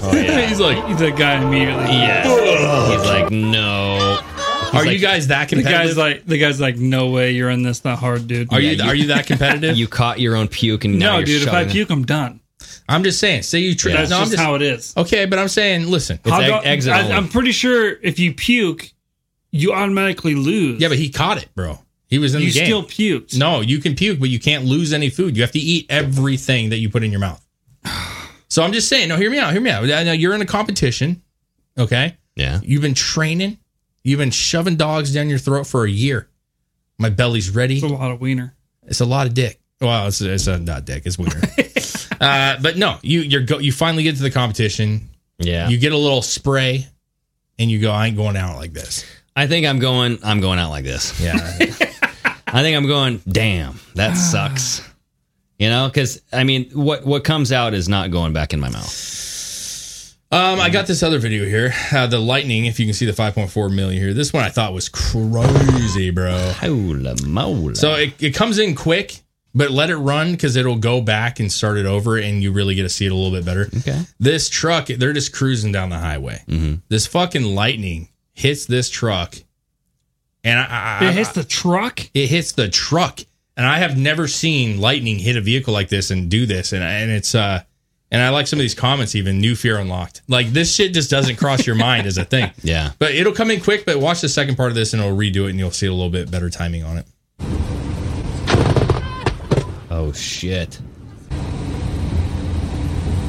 Oh, yeah. He's like, the guy immediately. Oh. yes. He's like, no. are you guys that The guy's competitive? like, the guy's like, no way, you're in this. Not hard, dude. are Yeah, you, you- are you that competitive? You caught your own puke and now no, you're dude. If shoving I it. puke, I'm done. I'm just saying. Say you. Tr- Yeah. no, That's I'm just, just how it is. Okay, but I'm saying, listen. It's Hot egg- dog- exit I, only. I'm pretty sure if you puke, you automatically lose. Yeah, but he caught it, bro. He was in You the game. still puked. No, you can puke, but you can't lose any food. You have to eat everything that you put in your mouth. So I'm just saying, no, hear me out, hear me out. I know you're in a competition, okay? Yeah. You've been training, you've been shoving dogs down your throat for a year. My belly's ready. It's a lot of wiener. It's a lot of dick. Well, it's, it's uh not dick, it's wiener. uh, but no, you you're go, you finally get to the competition. Yeah. You get a little spray and you go, I ain't going out like this. I think I'm going. I'm going out like this. Yeah. I think I'm going. Damn, that sucks. You know, because I mean, what what comes out is not going back in my mouth. Um, I got this other video here. Uh, the lightning, if you can see the 5.4 million here. This one I thought was crazy, bro. Holy moly! So it, it comes in quick, but let it run because it'll go back and start it over, and you really get to see it a little bit better. Okay. This truck, they're just cruising down the highway. This fucking lightning hits this truck, and I, I It hits the truck. It hits the truck, and I have never seen lightning hit a vehicle like this and do this, and and it's uh. And I like some of these comments, even new fear unlocked. Like this shit just doesn't cross your mind as a thing. Yeah. But it'll come in quick. But watch the second part of this, and it'll redo it, and you'll see a little bit better timing on it. Oh shit!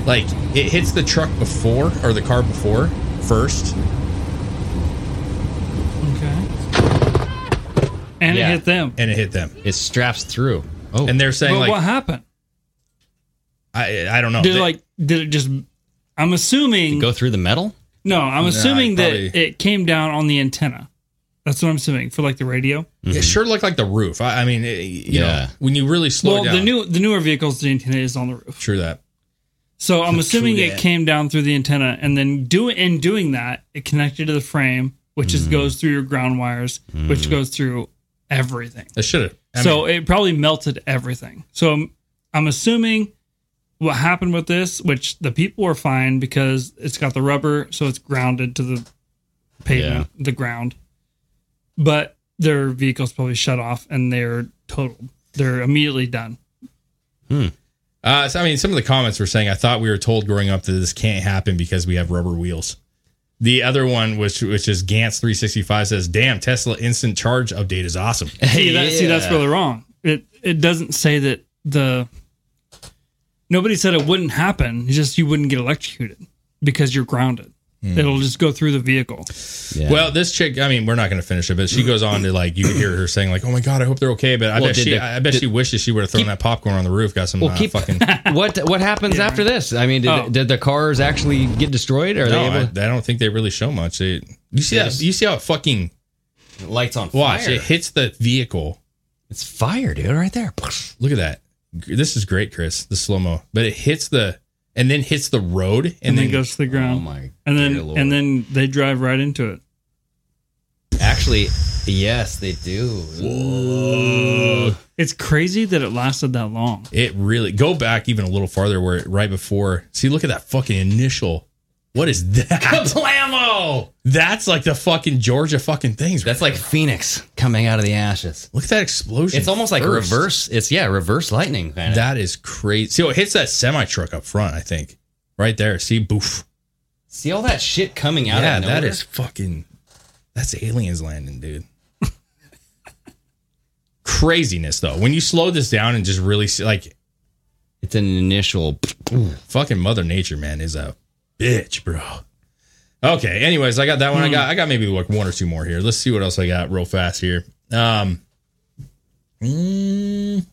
Like it hits the truck before or the car before first. Okay. And it hit them. And it hit them. It straps through. Oh. And they're saying but like what happened? I I don't know. Did They- like did it just? I'm assuming go through the metal. No, I'm Nah, assuming that probably- it came down on the antenna. That's what I'm assuming for like the radio. it sure looked like the roof. I, I mean, it, you Mm-hmm. Yeah. know, when you really slow Well, down. the new the newer vehicles, the antenna is on the roof. True that. So I'm assuming True it that. came down through the antenna, and then do in doing that, it connected to the frame, which just Mm. goes through your ground wires, which Mhm. goes through everything. it should have. I so it probably melted everything. So I'm, I'm assuming what happened with this, which the people were fine because it's got the rubber, so it's grounded to the pavement, the ground. But their vehicles probably shut off and they're totaled. They're immediately done. Hmm. Uh, so, I mean, some of the comments were saying, I thought we were told growing up that this can't happen because we have rubber wheels. The other one, which which is Gantz365, says, Damn, Tesla instant charge update is awesome. See, that, see that's really wrong. It it doesn't say that the nobody said it wouldn't happen. It's just you wouldn't get electrocuted because you're grounded. Hmm. It'll just go through the vehicle. Well, this chick, I mean, we're not going to finish it, but she goes on to like, you can hear her saying, like, Oh my God, I hope they're okay. But I Well, bet, did she, the- I bet did- she wishes she would have thrown that popcorn on the roof, got some Well, uh, keep- fucking. What what happens after this? I mean, did, Oh. did the cars actually get destroyed? Are no, they able? I, I don't think they really show much. They, you see They that? just- You see how it fucking lights on Watch fire. it hits the vehicle. It's fire, dude, right there. Look at that. This is great, Chris. The slow mo, but it hits the and then hits the road and, and, then, then, goes to the Oh, ground. my and then dear Lord. and then they drive right into it. Actually, yes, they do. It's crazy that it lasted that long. It really go back even a little farther where it, right before. See, look at that fucking initial. What is that? Kablamo! That's like the fucking Georgia fucking things. That's like Phoenix coming out of the ashes. Look at that explosion. It's almost like first. reverse. It's yeah, reverse lightning. Kind of. That is crazy. See, oh, it hits that semi truck up front. I think right there. See, boof. See all that shit coming out. yeah, of that nowhere? is fucking. That's aliens landing, dude. Craziness though. When you slow this down and just really see, like, it's an initial. Fucking Mother Nature, man, is a bitch, bro. Okay. Anyways, I got that one. I got I got maybe like one or two more here. Let's see what else I got real fast here. Um. mm,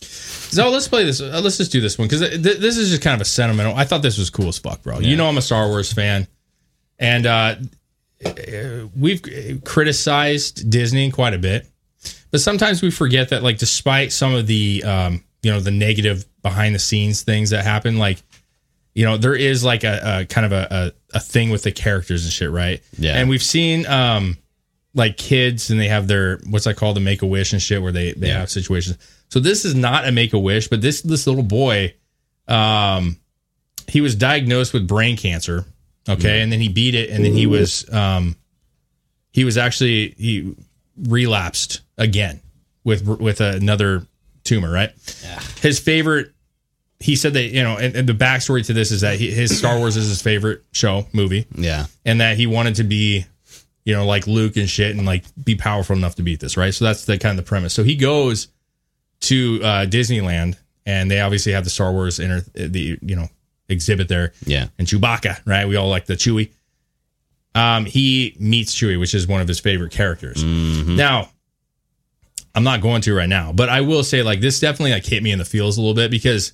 so let's play this. uh, Let's just do this one because th- this is just kind of a sentimental. I thought this was cool as fuck, bro. You know I'm a Star Wars fan, and uh, uh, we've uh, criticized Disney quite a bit, but sometimes we forget that, like, despite some of the, um, you know, the negative behind the scenes things that happen, like, you know, there is like a, a kind of a, a, a thing with the characters and shit, right? Yeah. And we've seen, um, like kids and they have their what's that called the make a wish and shit where they they have situations. So this is not a make a wish, but this this little boy, um, he was diagnosed with brain cancer. Okay, and then he beat it, and then he was um, he was actually he relapsed again with with another tumor. Right. His favorite. He said that you know, and, and the backstory to this is that he, his Star Wars is his favorite show movie Yeah. and that he wanted to be you know, like Luke and shit, and like be powerful enough to beat this, right? So that's the kind of the premise. So he goes to uh, Disneyland, and they obviously have the Star Wars inter the you know exhibit there, yeah, and Chewbacca, right? We all like the Chewie. Um, he meets Chewie, which is one of his favorite characters. Now, I'm not going to right now, but I will say like this definitely like hit me in the feels a little bit because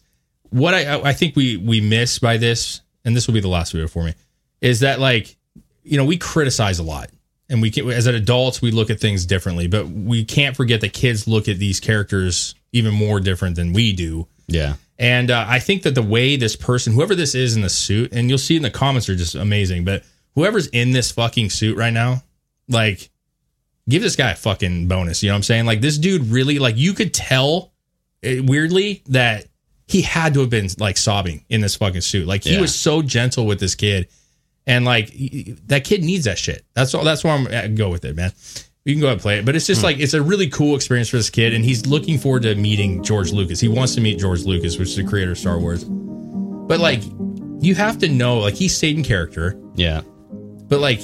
what I I- I think we we miss by this, and this will be the last video for me, is that like you know we criticize a lot, and we can, as an adults we look at things differently, but we can't forget that kids look at these characters even more different than we do. Yeah. And uh, I think that the way this person, whoever this is in the suit, and you'll see in the comments are just amazing, but whoever's in this fucking suit right now, like, give this guy a fucking bonus. You know what I'm saying? Like, this dude really, like, you could tell eh, weirdly that he had to have been like sobbing in this fucking suit. Like, he Yeah. was so gentle with this kid. And like y- y- that kid needs that shit. That's all. That's where I'm at. Go with it, man. You can go ahead and play it, but it's just like it's a really cool experience for this kid, and he's looking forward to meeting George Lucas. He wants to meet George Lucas, which is the creator of Star Wars. But like, you have to know, like, he stayed in character, Yeah. but like,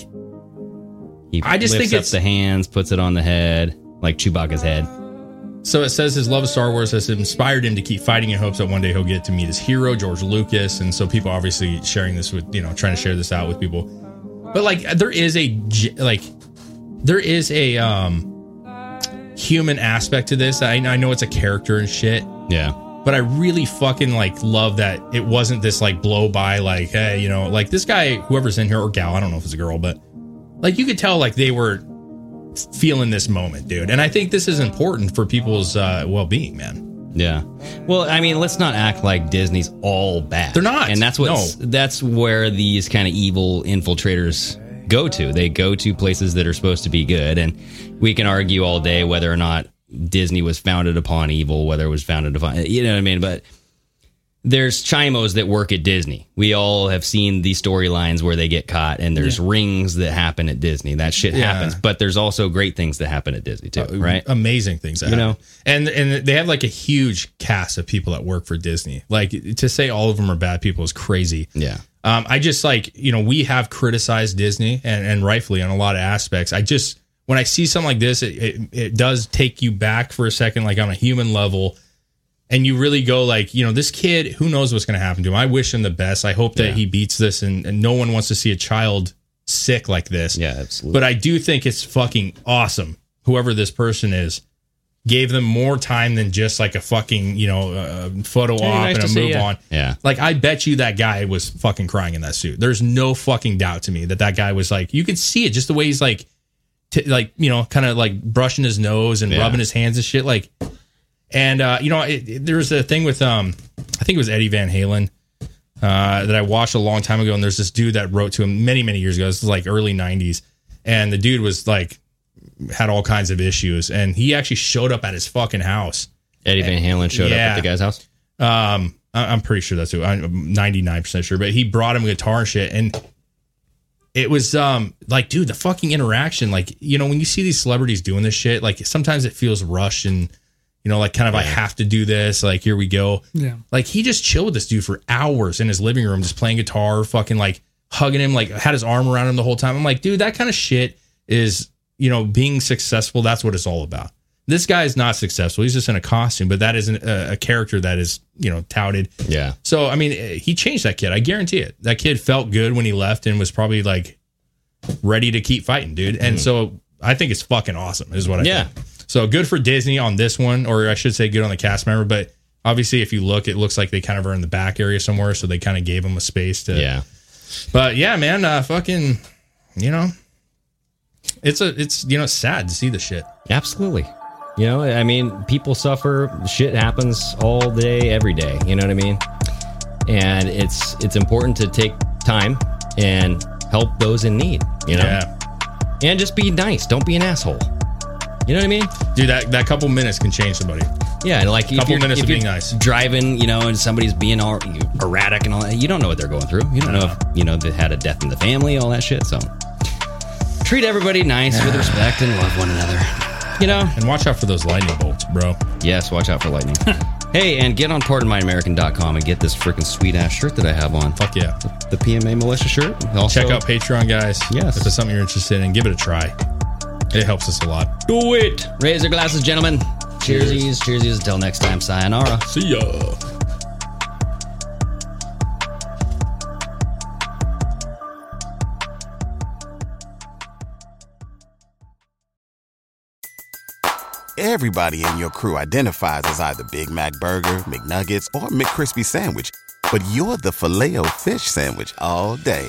He I just lifts think up it's- the hands, puts it on the head, like Chewbacca's head. So it says his love of Star Wars has inspired him to keep fighting in hopes that one day he'll get to meet his hero, George Lucas. And so people obviously sharing this with, you know, trying to share this out with people. But like, there is a, ge- like, there is a um human aspect to this. I, I know it's a character and shit. Yeah. But I really fucking like love that it wasn't this like blow by, like, hey, you know, like this guy, whoever's in here or gal, I don't know if it's a girl, but like you could tell like they were feeling this moment, dude. And I think this is important for people's uh, well being, man. Yeah. Well, I mean, let's not act like Disney's all bad. They're not. And that's what that's where these kind of evil infiltrators go to. They go to places that are supposed to be good and we can argue all day whether or not Disney was founded upon evil, whether it was founded upon you know what I mean, but there's chimos that work at Disney. We all have seen the storylines where they get caught and there's Yeah. rings that happen at Disney. That shit Yeah. Uh, happens, but there's also great things that happen at Disney too, right? Amazing things that You you know. know. And and they have like a huge cast of people that work for Disney. Like to say all of them are bad people is crazy. Yeah. Um, I just like, you know, we have criticized Disney and, and rightfully on a lot of aspects. I just, when I see something like this, it, it, it does take you back for a second, like on a human level. And you really go, like, you know, this kid, who knows what's going to happen to him? I wish him the best. I hope that Yeah. he beats this. And, and no one wants to see a child sick like this. Yeah, absolutely. But I do think it's fucking awesome. Whoever this person is gave them more time than just like a fucking, you know, uh, photo Hey, op nice to and see a move ya. on. Yeah. Like I bet you that guy was fucking crying in that suit. There's no fucking doubt to me that that guy was like, you could see it just the way he's like, t- like you know, kind of like brushing his nose and Yeah. rubbing his hands and shit. Like, and uh, you know, it, it- there was a thing with um, I think it was Eddie Van Halen. Uh, that I watched a long time ago, and there's this dude that wrote to him many, many years ago. This is like early '90s, and the dude was like had all kinds of issues, and he actually showed up at his fucking house. Eddie Van Halen showed up at Yeah. the guy's house. Um, I- I'm pretty sure that's who. I'm 99 percent sure, but he brought him a guitar and shit, and it was um like, dude, the fucking interaction. Like, you know, when you see these celebrities doing this shit, like sometimes it feels rushed and you know, like kind of I have to do this. Like, here we go. Yeah. Like he just chilled with this dude for hours in his living room, just playing guitar, fucking like hugging him, like had his arm around him the whole time. I'm like, dude, that kind of shit is, you know, being successful. That's what it's all about. This guy is not successful. He's just in a costume, but that isn't a, a character that is, you know, touted. Yeah. So, I mean, eh, he changed that kid. I guarantee it. That kid felt good when he left and was probably like ready to keep fighting, dude. And so I think it's fucking awesome, is what I Mm-hmm. Yeah. think. So good for Disney on this one, or I should say good on the cast member. But obviously, if you look, it looks like they kind of are in the back area somewhere. So they kind of gave him a space to. Yeah. But yeah, man, uh, fucking, you know, it's a, it's, you know, it's sad to see the shit. Absolutely. You know, I mean, people suffer. Shit happens all day, every day. You know what I mean? And it's it's important to take time and help those in need. You know, Yeah. and just be nice. Don't be an asshole. You know what I mean? Dude, that, that couple minutes can change somebody. Yeah, and like if Couple you're, minutes if of you're being nice. driving, you know, and somebody's being all erratic and all that, you don't know what they're going through. You don't know if you know they had a death in the family, all that shit. So treat everybody nice with respect and love one another. You know, And watch out for those lightning bolts, bro. Yes, watch out for lightning. Hey, and get on pardonmyamerican.com and get this freaking sweet ass shirt that I have on. Fuck yeah. The, the PMA militia shirt. Also, Check out Patreon, guys. Yes. If it's something you're interested in, give it a try. It helps us a lot. Do it. Raise your glasses, gentlemen. Cheersies, cheersies. Until next time, sayonara. See ya. Everybody in your crew identifies as either Big Mac Burger, McNuggets, or McCrispy Sandwich. But you're the filet fish Sandwich all day.